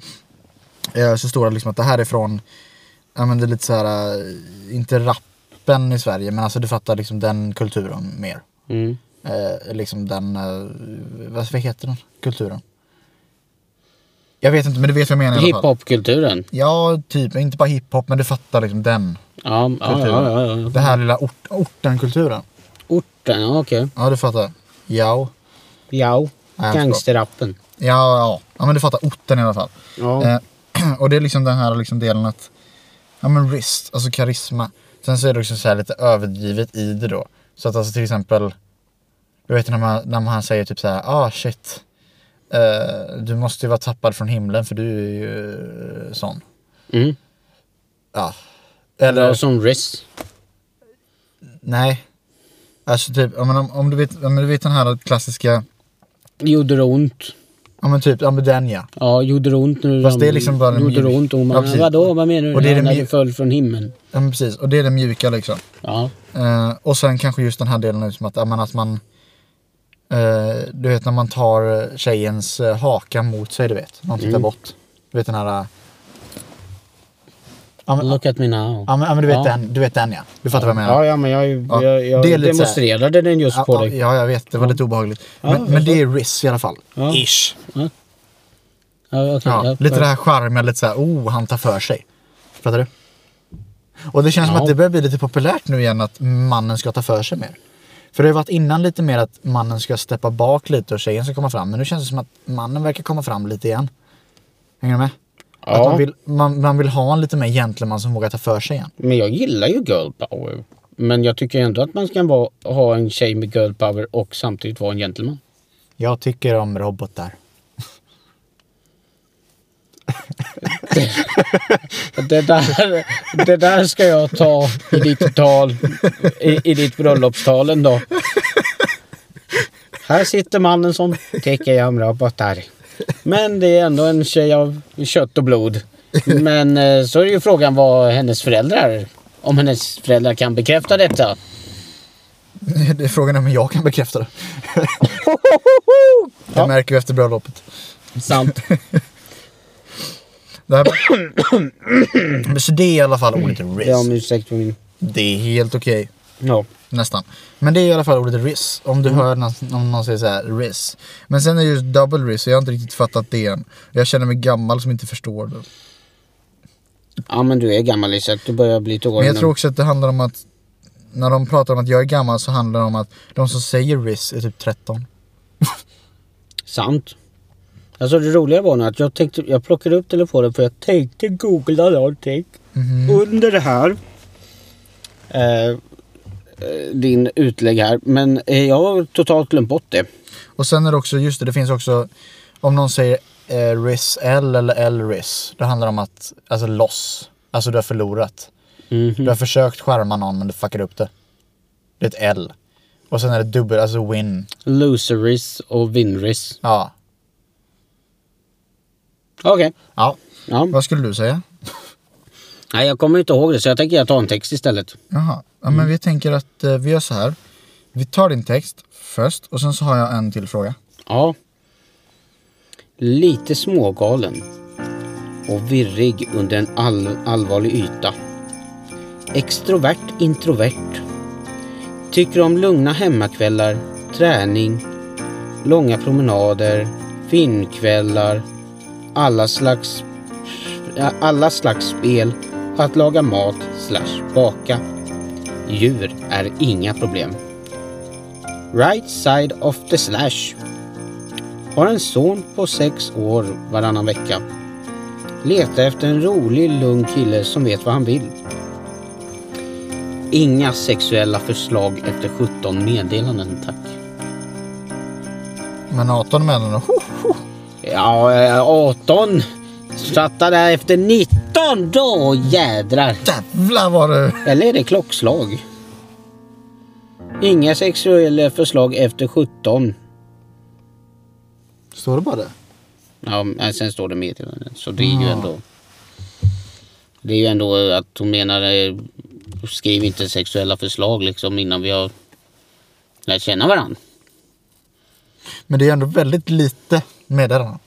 Eh, så står det liksom att det här är från, ja men det är lite så här, eh, inte rappen i Sverige men alltså du fattar liksom den kulturen mer. Mm. Eh, liksom den, eh, vad vad heter den kulturen? Jag vet inte men du vet vad jag menar i alla fall. Hiphopkulturen. Ja, typ. Inte bara hiphop men du fattar liksom den. Ja, ja, Kulturen. ja, ja, ja. Det här lilla ort, orten-kulturen. Orten, ja okej. Ja, du fattar. Ja. Ja, jag gangsterrappen. Ja, ja. ja men du fattar orten i alla fall. Ja. Eh, [clears throat] och det är liksom den här liksom delen att, ja men wrist, alltså karisma. Sen så är det också så här lite överdrivet i det då. Så att alltså till exempel, du vet när man, när man säger typ så här, ah shit. Eh, du måste ju vara tappad från himlen för du är ju eh, sån. Mm. Ja. Bra som Riz. Nej. Alltså typ, ja, men om, om, du vet, om du vet den här klassiska, Gjorde det ont? ja men typ, ja men den ja. Ja, gjorde det ont när du Fast det är ramlade? liksom bara en Gjorde det mjuk- ont? Och Ja, man, precis. vadå, vad menar du? Och det är ja, det när mjuk- du föll från himlen? Ja men precis, och det är det mjuka liksom. Ja. Eh, och sen kanske just den här delen liksom att, ja, men att man, eh, du vet när man tar tjejens eh, haka mot sig du vet. Man Mm. tittar bort. Du vet den här, eh, ja men, Look at me now. ja, men, ja, men du, vet Ja. den, du vet den ja. Du fattar vad jag menar. Ja, ja, men jag, Ja, jag, jag, det är lite så här- demonstrerade den just Ja, på ja, dig. Mm. ja, jag vet. Det var lite obehagligt. Ja, men, jag men det är risk i alla fall. Ja. Ish. Ja, okej, Ja, ja, lite det här charmiga, lite såhär, oh han tar för sig. Fattar du? Och det känns som Ja. att det börjar bli lite populärt nu igen att mannen ska ta för sig mer. För det har ju varit innan lite mer att mannen ska steppa bak lite och tjejen ska komma fram. Men nu känns det som att mannen verkar komma fram lite igen. Hänger du med? Att Ja. man, vill, man, man vill ha en lite mer gentleman som vågar ta för sig igen. Men jag gillar ju girl power. Men jag tycker ändå att man ska vara, ha en tjej med girl power och samtidigt vara en gentleman. Jag tycker om robotar. Det där, det där ska jag ta i ditt tal, i, i ditt bröllopstal en dag. Här sitter mannen som tycker om robotar. Men det är ändå en tjej av kött och blod. Men eh, så är ju frågan vad hennes föräldrar, om hennes föräldrar kan bekräfta detta. [laughs] Det är frågan är om jag kan [laughs] bekräfta det. Det märker vi efter bröllopet. Sant. Det här... [coughs] Men Så det är i alla fall ordet risk. Jag har om ursäkt för min... Det är helt okej. Ja. Nästan. Men det är i alla fall ordet riss. Om du hör någon, om någon säger så här riss. Men sen är det just double riss och jag har inte riktigt fattat det än. Jag känner mig gammal som inte förstår det. Ja men du är gammal Isak, du börjar bli till åren. Men jag tror också att det handlar om att när de pratar om att jag är gammal så handlar det om att de som säger riss är typ 13. Sant. Alltså det roliga var nog att jag tänkte, jag plockade upp telefonen för jag tänkte googla någonting. Under det här. Eh, eh, din utlägg här. Men eh, jag har totalt glömt bort det. Och sen är det också, just det, det finns också om någon säger eh, riss L eller L riss. Det handlar om att, alltså loss. Alltså du har förlorat. Du har försökt skärma någon men du fuckade upp det. Det är ett L. Och sen är det dubbel, alltså win. Loseris och winris. Ja. Okej. Ja, Ja. vad skulle du säga? Nej jag kommer inte ihåg det så jag tänker jag tar en text istället. Jaha, ja, men vi tänker att eh, vi gör så här. Vi tar din text först och sen så har jag en till fråga. Ja. Lite smågalen och virrig under en all- allvarlig yta. Extrovert, introvert. Tycker om lugna hemmakvällar, träning, långa promenader, filmkvällar, alla slags, ja, alla slags spel, att laga mat slash baka. Djur är inga problem. Right side of the slash har en son på sex år varannan vecka. Letar efter en rolig, lugn kille som vet vad han vill. Inga sexuella förslag efter 17 meddelanden, tack. Men 18 mellan och ho, ho. Ja, eh, 18. Satta där efter 19, då jädrar. Jävlar vad du... Eller är det klockslag? Inga sexuella förslag efter 17. Står det bara det? Ja, men sen står det meddelanden. Så det är ju ändå... Det är ju ändå att hon menar... eh, Skriv inte sexuella förslag liksom innan vi har lärt känna varandra. Men det är ändå väldigt lite med den.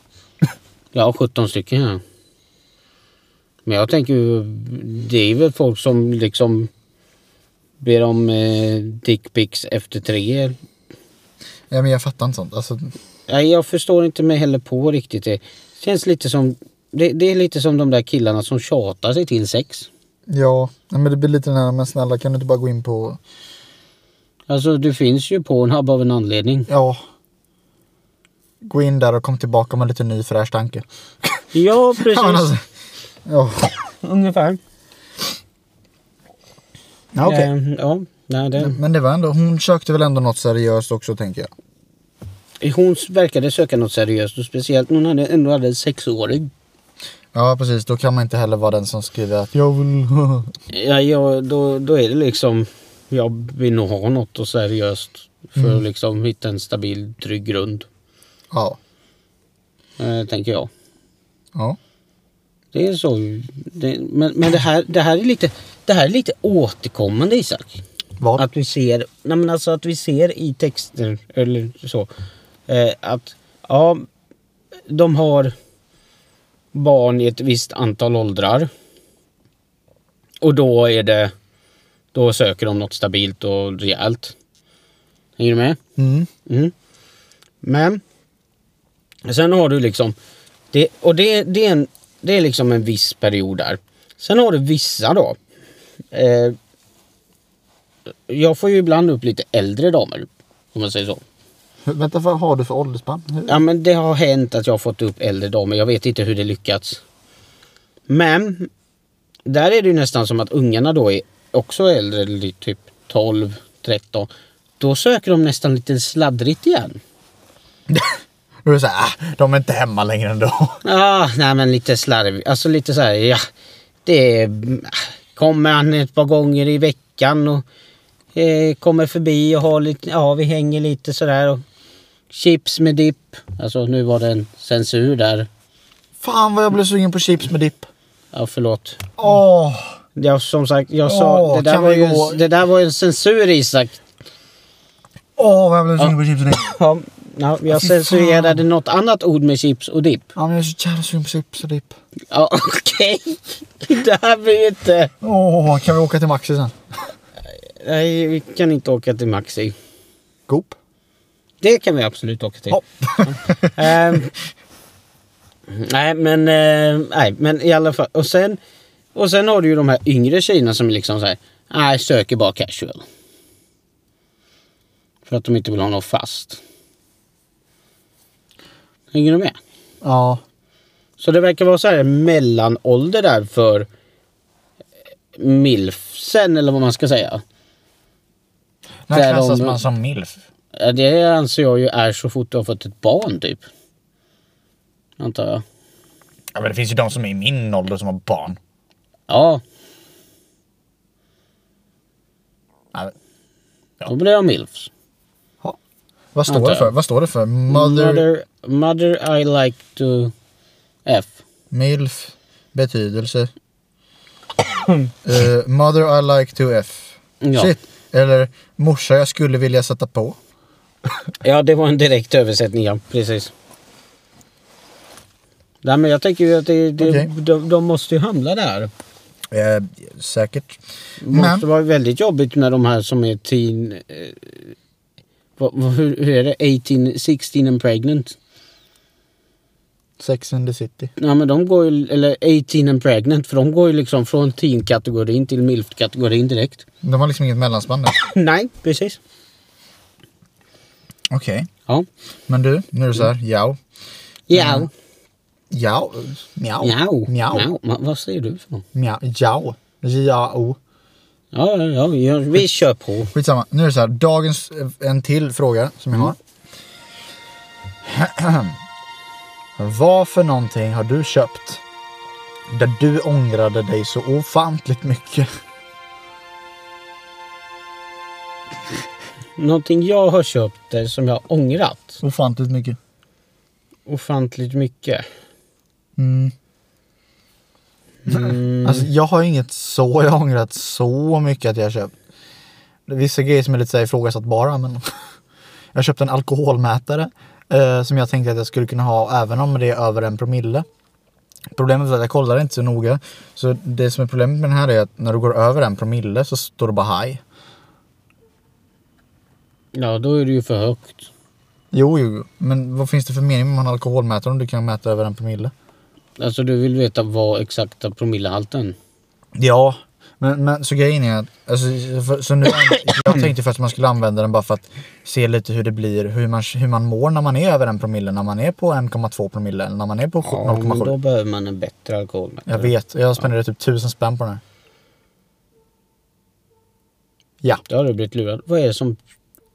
Jag har 17 stycken här. Men jag tänker ju, det är väl folk som liksom ber om eh, dickpics efter tre. Ja, men jag fattar inte sånt. Alltså, Nej, jag förstår inte mig heller på riktigt det. Känns lite som, det, det är lite som de där killarna som tjatar sig till sex. ja, men det blir lite den här, men snälla kan du inte bara gå in på... Alltså du finns ju på en hub av en anledning. Ja. Gå in där och kom tillbaka med lite ny fräsch tanke. [laughs] Ja, Ja, men alltså, precis. ja. Ungefär. ja okej. Eh, ja, Mm. nej, det. Men det var ändå, hon sökte väl ändå något seriöst också tänker jag. Hon verkade söka något seriöst och speciellt när hon hade, ändå hade en sexåring. Ja precis, då kan man inte heller vara den som skriver att jag vill... [laughs] Ja, ja då, då är det liksom... Jag vill nog ha något och seriöst. För att liksom hitta en stabil, trygg grund. ja. Eh, tänker jag. Ja. Det är så. ju- Det, men men det, här, det, här är lite, det här är lite återkommande Isak. Vad? Att vi ser, nej men alltså att vi ser i texter eller så. Eh, att ja, de har barn i ett visst antal åldrar. Och då är det, då söker de något stabilt och rejält. Hänger du med? Mm. Mm. Men sen har du liksom, det, och det, det, är en, det är liksom en viss period där. Sen har du vissa då. Eh, jag får ju ibland upp lite äldre damer, om man säger så. Vänta, vad har du för åldersspann? Hur- Ja men det har hänt att jag har fått upp äldre damer, jag vet inte hur det lyckats. Men, där är det ju nästan som att ungarna då är också äldre, li- typ 12, 13. Då söker de nästan lite sladdrigt igen. [laughs] Då är det såhär, ah, de är inte hemma längre ändå. [laughs] Ja, nej men lite slarv. Alltså lite så här, ja. Det är, kommer han ett par gånger i veckan och eh, kommer förbi och har lite, ja vi hänger lite sådär och chips med dipp. Alltså nu var det en censur där. Fan vad jag blev sugen på chips med dipp. Ja, förlåt. Åh! Jag, som sagt, jag sa, Åh, det, där kan var vi ju, gå- en- det där var ju en censur Isak. Åh vad jag blev sugen på chips med dipp. Ja, ja, jag Fy fan. censurerade något annat ord med chips och dipp. Ja men jag är så jävla sugen på chips och dipp. Ja, [laughs] okej. Det här blir ju inte... Åh, kan vi åka till Maxi sen? Nej, vi kan inte åka till Maxi. Coop? Det kan vi absolut åka till. Ja. Ehm, nej, men, eh, nej, men i alla fall. Och sen, och sen har du ju de här yngre tjejerna som är liksom så här. Nej, söker bara casual. För att de inte vill ha något fast. Hänger du med? Ja. Så det verkar vara så här en mellanålder där för eh, milfsen eller vad man ska säga. När Där klassas de- man som milf? Ja, Det anser jag ju är så fort du har fått ett barn typ. Antar jag. Ja men det finns ju de som är i min ålder som har barn. Ja, Ja, men- då blir jag milfs. Ja. Vad står Antar det jag. för? Vad står det för? Mother, mother, mother I like to F. milf betydelse. Eh, mother I like to F. Ja. Shit. Eller morsa jag skulle vilja sätta på. Ja, det var en direkt översättning, ja. Precis. Nej, men jag tänker ju att det, det, Okej. de, de måste ju hamna där. Eh, säkert. Det måste Men vara väldigt jobbigt när de här som är teen... Eh, vad, vad, hur, hur är det? 18, 16 and pregnant. Sex and the City. Ja men de går ju, eller 18 and pregnant, för de går ju liksom från teen-kategorin till milf-kategorin direkt. De har liksom inget mellanspann där. Nej, precis. Okej. Ja. Men, Men du, nu är det så här. Jao. ja. Jao. Mjau. Mjau. Mjau. Mjau. Ma- Vad säger du för något? Mjau. Jao. J-A-O. Ja, ja, ja, ja, vi kör på. Skitsamma. Nu är det så här. Dagens, eh, en till fråga som jag har. [clears throat] Vad för någonting har du köpt där du ångrade dig så ofantligt mycket? Någonting jag har köpt där som jag har ångrat Ofantligt mycket. ofantligt mycket. Mm. Alltså jag har inget så, jag har ångrat så mycket att jag har köpt. [laughs] Det är vissa grejer som är lite så här ifrågasattbara men. Jag köpte en alkoholmätare eh, som jag tänkte att jag skulle kunna ha även om det är över en promille. Problemet är att jag kollar inte så noga. Så det som är problemet med den här är att när du går över en promille så står det bara high. Ja, då är det ju för högt. Jo, jo, jo. men vad finns det för mening med en alkoholmätare om du kan mäta över en promille? Alltså du vill veta vad exakta promillehalten. Ja, men, men så grejen är att, alltså, för, så nu, jag tänkte först att man skulle använda den bara för att se lite hur det blir, hur man, hur man mår när man är över en promille, när man är på 1,2 promille eller när man är på Ja, men 0,7. då behöver man en bättre alkoholmätare. Jag vet, jag spenderade typ tusen spänn på den här. Ja, Då har du blivit lurad. Vad är det som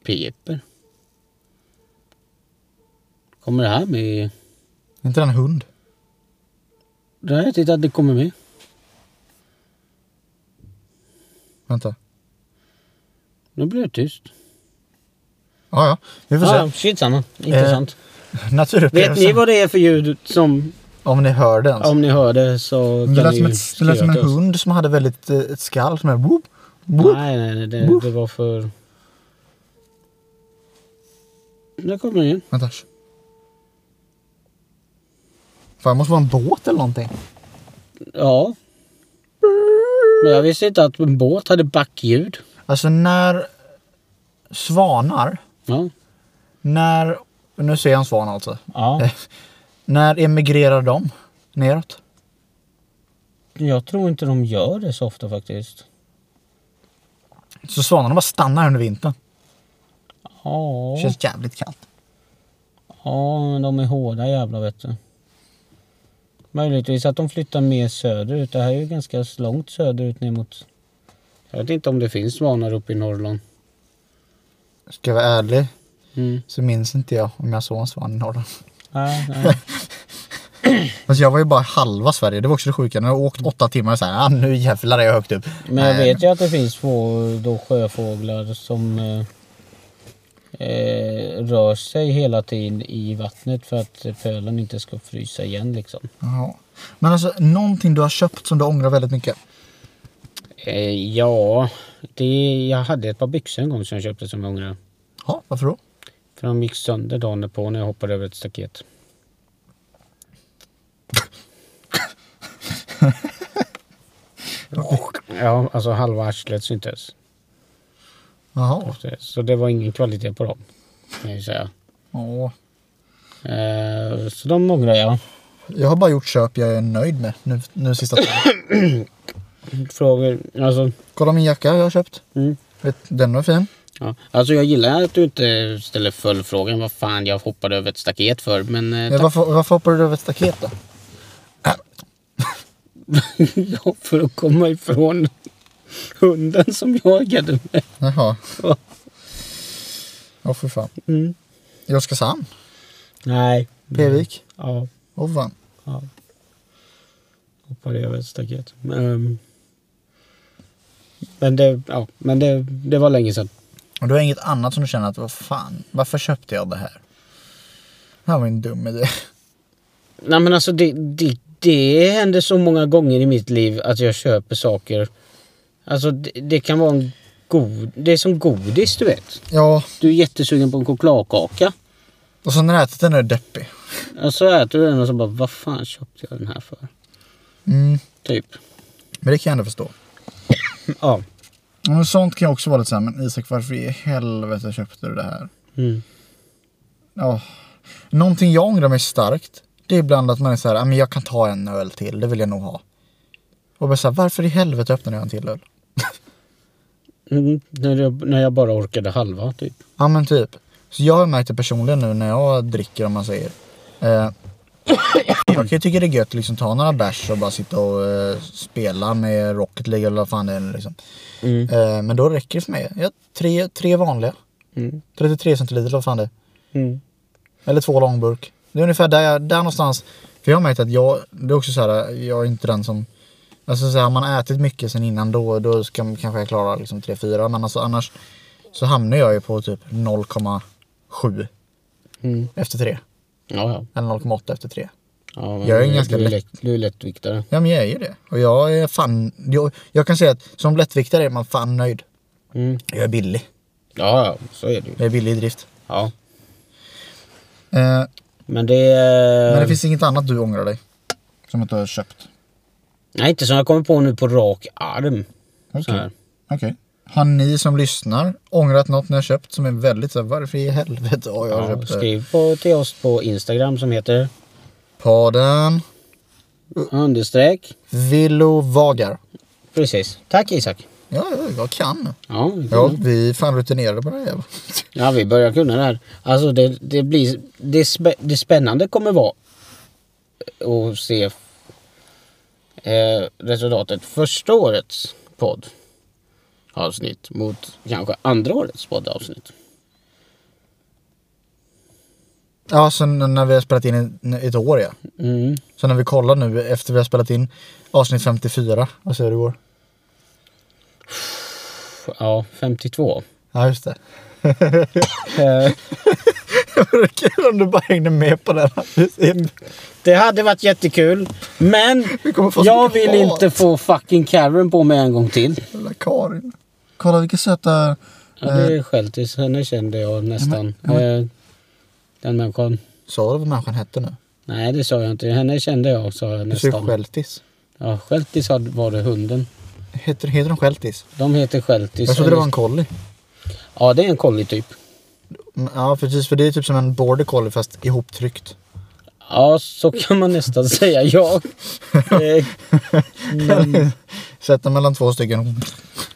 piper? Kommer det här med? inte den hund? Nej, titta det kommer med. Vänta. Nu blir det tyst. Ja, ja, vi får Ah, se. Eh, shit Sanna, intressant. Vet ni Naturupplevelsen. vad det är för ljud som, Om ni hör den. om ni hör Alltså, det så Det kan lät ni som, ett, ju det skriva lät som en till oss. hund som hade väldigt, eh, ett skall som är whoop, whoop. Nej, nej, nej det, det var för... Där kommer den igen. Vänta. Fan, det måste vara en båt eller någonting. Ja. Men jag visste inte att en båt hade backljud. Alltså när svanar, Ja. när, nu ser jag en svan alltså. ja. Eh, [laughs] när emigrerar de neråt? Jag tror inte de gör det så ofta faktiskt. Så svanarna bara stannar under vintern. Ja, Det känns jävligt kallt. ja men de är hårda jävlar vet du. Möjligtvis att de flyttar mer söderut. Det här är ju ganska långt söderut ner mot... Jag vet inte om det finns svanar uppe i Norrland. Ska jag vara ärlig Mm. så minns inte jag om jag såg en svan i Norrland. Nej, nej. Alltså jag var ju bara halva Sverige, det var också det sjuka. När jag åkt åtta timmar och såhär, ah, nu jävlar är jag högt upp. Men jag Nej, vet ju att det finns få då sjöfåglar som eh, eh, rör sig hela tiden i vattnet för att pölen inte ska frysa igen liksom. Ja. Men alltså någonting du har köpt som du ångrar väldigt mycket. Eh, ja, det, jag hade ett par byxor en gång som jag köpte som jag ångrar. Ja, varför då? För de gick sönder dagen på när jag hoppade över ett staket. Ja, alltså halva arslet syntes. Jaha. Så det var ingen kvalitet på dem. Kan jag ju säga. Ja. Eh, så de ångrar jag. Jag har bara gjort köp jag är nöjd med nu, nu sista tiden. Frågor, alltså. Kolla min jacka jag har köpt. Mm. Vet, Den var fin. Ja, alltså jag gillar att du inte ställer följdfrågan vad fan jag hoppade över ett staket för. Men eh, Men tack varför, varför hoppar du över ett staket då? [laughs] ja, för att komma ifrån hunden som jagade mig. Jaha. Åh för fan. Mm. I Oskarshamn? Nej. Pevik? Ja, Åh fan. ja. Hoppade över ett staket. Ehm. men det, ja, men det, det var länge sedan. Och du har inget annat som du känner att vad fan, varför köpte jag det här? Det här var en dum idé. [laughs] Nej men alltså det, det, det händer så många gånger i mitt liv att jag köper saker. Alltså det, det kan vara en god... Det är som godis du vet. Ja, Du är jättesugen på en chokladkaka. och så när jag ätit den är jag deppig. Och så äter du den och så bara vad fan köpte jag den här för? Mm, Typ. men det kan jag ändå förstå. Ja. Men sånt kan jag också vara lite såhär, men Isak varför i helvete köpte du det här? Mm. Ja. Någonting jag ångrar mig starkt. Det är ibland att man är så här, "Ah, men jag kan ta en öl till, det vill jag nog ha. Och bara så här, varför i helvete öppnade jag en till öl? Mm, när, jag, när jag bara orkade halva typ. Ja men typ. Så jag har märkt det personligen nu när jag dricker om man säger. Eh, jag kan ju tycka det är gött att liksom ta några bärs och bara sitta och eh, spela med Rocket League eller vad fan det är nu liksom. Mm. Eh, men då räcker det för mig. Jag, tre, tre vanliga. Mm. 33 centiliter vad fan det är. Mm. Eller två långburk. Det är ungefär där, jag, där någonstans. För jag har märkt att jag, det är också så här, jag är inte den som... Alltså så här, har man ätit mycket sen innan då, då ska, kanske jag klarar liksom 3-4. Men alltså annars så hamnar jag ju på typ 0,7 Mm. efter 3. Ja, ja. Eller 0,8 efter 3. ja men Jag är en du- ganska du, är lätt- lätt, du är lättviktare. Ja men jag är ju det. Och jag är fan... Jag, jag kan säga att som lättviktare är man fan nöjd. Mm. Jag är billig. Ja, ja, så är det ju. Jag är billig i drift. Ja. Eh, Eh, Men det... Men Mm. det finns inget annat du ångrar dig? Som att du har köpt? Nej, inte som jag kommer på nu på rak arm. Okej. Så här. Okej. Har ni som lyssnar ångrat något ni har köpt som är väldigt så här, varför i helvete har jag Ja, köpt det? skriv på, till oss på Instagram som heter Podden understreck. Villovagar. Precis. Tack Isak. Ja, ja, jag kan. Ja, vi Ja, kunde. vi är fan rutinerade på det här. ja, vi börjar kunna det här. Alltså det, det blir... Det, spä, det spännande kommer vara att se eh, resultatet första årets podd avsnitt mot kanske andra årets poddavsnitt. Ja, så n- när vi har spelat in i- ett år ja. Mm. Så när vi kollar nu efter vi har spelat in avsnitt 54, vad säger du går? Ja, 52. Ja, just det. [laughs] Eh, Det vore kul om du bara hängde med på den. här. Det hade varit jättekul. Men Vi kommer få så jag mycket vill hat. inte få fucking Karen på mig en gång till. Jävla Karin. Kolla vilka söta... Ja, det är Sheltis. Henne kände jag nästan. Eh. Ja, men- Eh, Den människan. Sa du vad människan hette nu? Nej, det sa jag inte. Henne kände jag, sa jag Du sa ju nästan. Skeltis. Ja, Sheltis hade- var det hunden. Heter, heter de Skeltis? De heter Sheltis. Jag trodde det var en collie. Ja, det är en collie typ. Mm, Ja precis, för det är typ som en border collie fast ihoptryckt. Ja, så kan man nästan [laughs] [laughs] säga ja. Eh, Mm. Sätta mellan två stycken.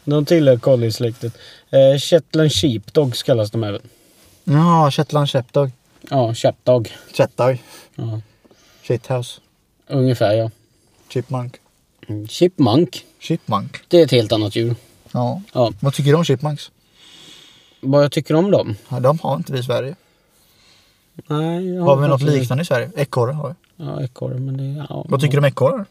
De tillhör colliesläktet. Eh, Shetland Sheepdogs kallas de även. Ja, Shetland Shepdog. Ja, Sheepdog. Shetdog. Ja, Shithouse. ungefär ja. Chipmunk. Mm, Chipmunk. Chipmunk. Det är ett helt annat djur. Ja. Ja, Vad tycker du om chipmunks? vad jag tycker om dem? Ja, De har inte vi i Sverige. Nej, jag Har vi något faktiskt- liknande i Sverige? Ekorre har vi. Ja, ekorre, men det... Ja, Eh, Vad tycker du om ekorrar?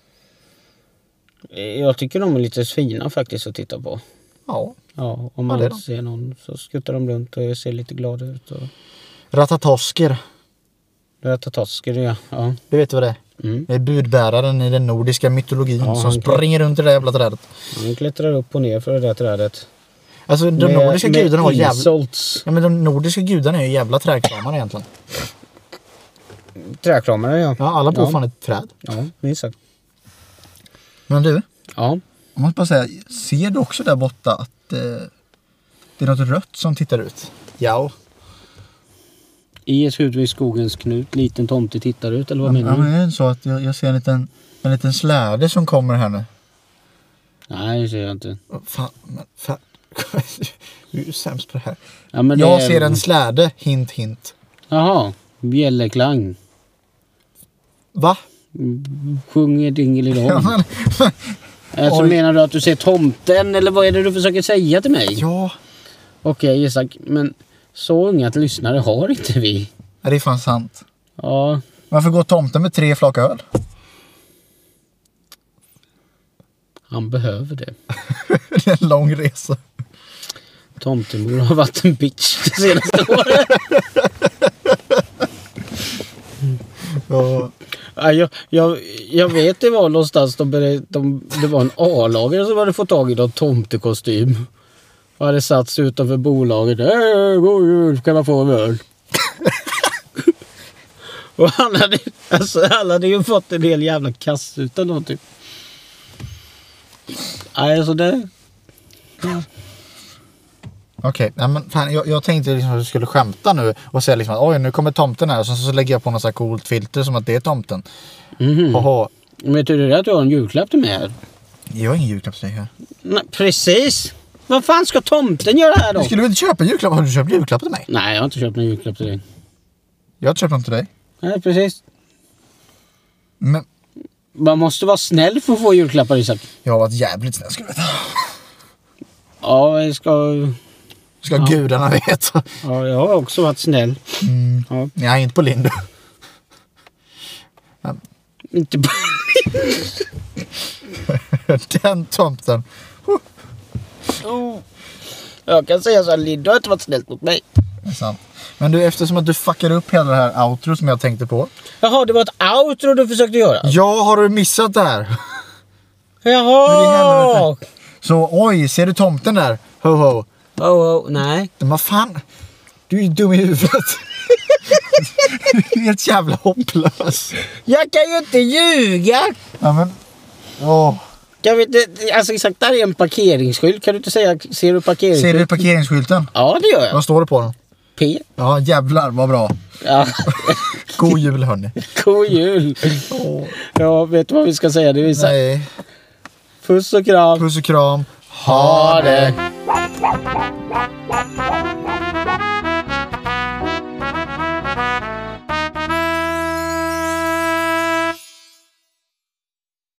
Jag tycker de är lite fina faktiskt att titta på. Ja. Ja, om man det är de. ser någon så skuttar de runt och ser lite glada ut. Och... Ratatosker. Ratatosker, ja. ja. Du vet vad det är? Mm. Det är budbäraren i den nordiska mytologin Ja, som han kan- springer runt i det där jävla trädet. Han klättrar upp och ner för det där trädet. Alltså de Med- nordiska med gudarna var jävla... insults. Ja, men de nordiska gudarna är ju jävla trädkramare egentligen. Träkramare, ja. Ja, alla bor Ja. fan i ett träd. Ja, minst sagt. Men du, Ja. jag måste bara säga, ser du också där borta att eh, det är något rött som tittar ut? Ja. I ett huvud vid skogens knut, liten tomte tittar ut, eller vad Ja, menar du? men det är så att jag, jag ser en liten, en liten släde som kommer här nu. Nej, det ser jag inte. Fan, men fan. [laughs] Du är ju sämst på det här. Ja, men det jag är- ser en släde, hint hint. Jaha, bjällerklang. Va? Sjunger Ja, Dingelidong. men, Alltså Oj. menar du att du ser tomten eller vad är det du försöker säga till mig? ja. Okej Isak, men så unga att lyssnare har inte vi. Ja, det är fan sant. Ja, Varför går tomten med tre flak öl? [laughs] han behöver det. Det är en lång resa. Tomtemor har varit en bitch det senaste året. Ja. [laughs] Ja, jag, jag, jag vet det var någonstans de, bered- de, det var en A-lagare som hade fått tag i någon tomtekostym. Och hade satt sig utanför bolaget. "Hej, God jul, kan man få en öl? [laughs] Och han hade, alltså, han hade ju fått en hel jävla kassruta då typ. Nej, alltså det... Okej, nej men fan, jag, jag tänkte liksom att du skulle skämta nu och säga liksom att oj nu kommer tomten här och så, så lägger jag på något så här coolt filter som att det är tomten. Mhm. Haha, Men Vet du det att du har en julklapp till mig här? jag har ingen julklappsdeg här. Nej, precis! Vad fan ska tomten göra här då? Du skulle väl inte köpa julklapp? Har du köpt julklapp till mig? Nej, jag har inte köpt någon julklapp till dig. Jag har inte köpt någon till dig. Nej, precis. Men Man måste vara snäll för att få julklappar Isak. jag har varit jävligt snäll skulle du veta. Ja, jag ska... Ska gudarna [laughs] veta. Ja, jag har också varit snäll. Mm. Ja. Nej, inte på Lindu. [laughs] Inte bara... [laughs] Den tomten. Oh. Jag kan säga så här, Linda har inte varit snäll mot mig. Det är sant. Men du, eftersom att du fuckar upp hela det här outro som jag tänkte på. Jaha, det var ett outro du försökte göra? Ja, har du missat det här? [laughs] Men i Jaha! helvete. Så oj, ser du tomten där? Ho ho. Oh, oh, nej. Men vad fan? Du är ju dum i huvudet. [laughs] Helt jävla hopplös. Jag kan ju inte ljuga! Ja, men... Åh. Kan vi inte, alltså exakt där är en parkeringsskylt. Kan du inte säga, ser du Ser parkeringsskylt? du parkeringsskylten? Ja, det gör jag. Vad står det på den? P. Ja, jävlar vad bra. Ja. [laughs] God jul hörni. God jul! Ja, vet du vad vi ska säga? Det är så här, Nej. puss och kram. Puss och kram. Ha det!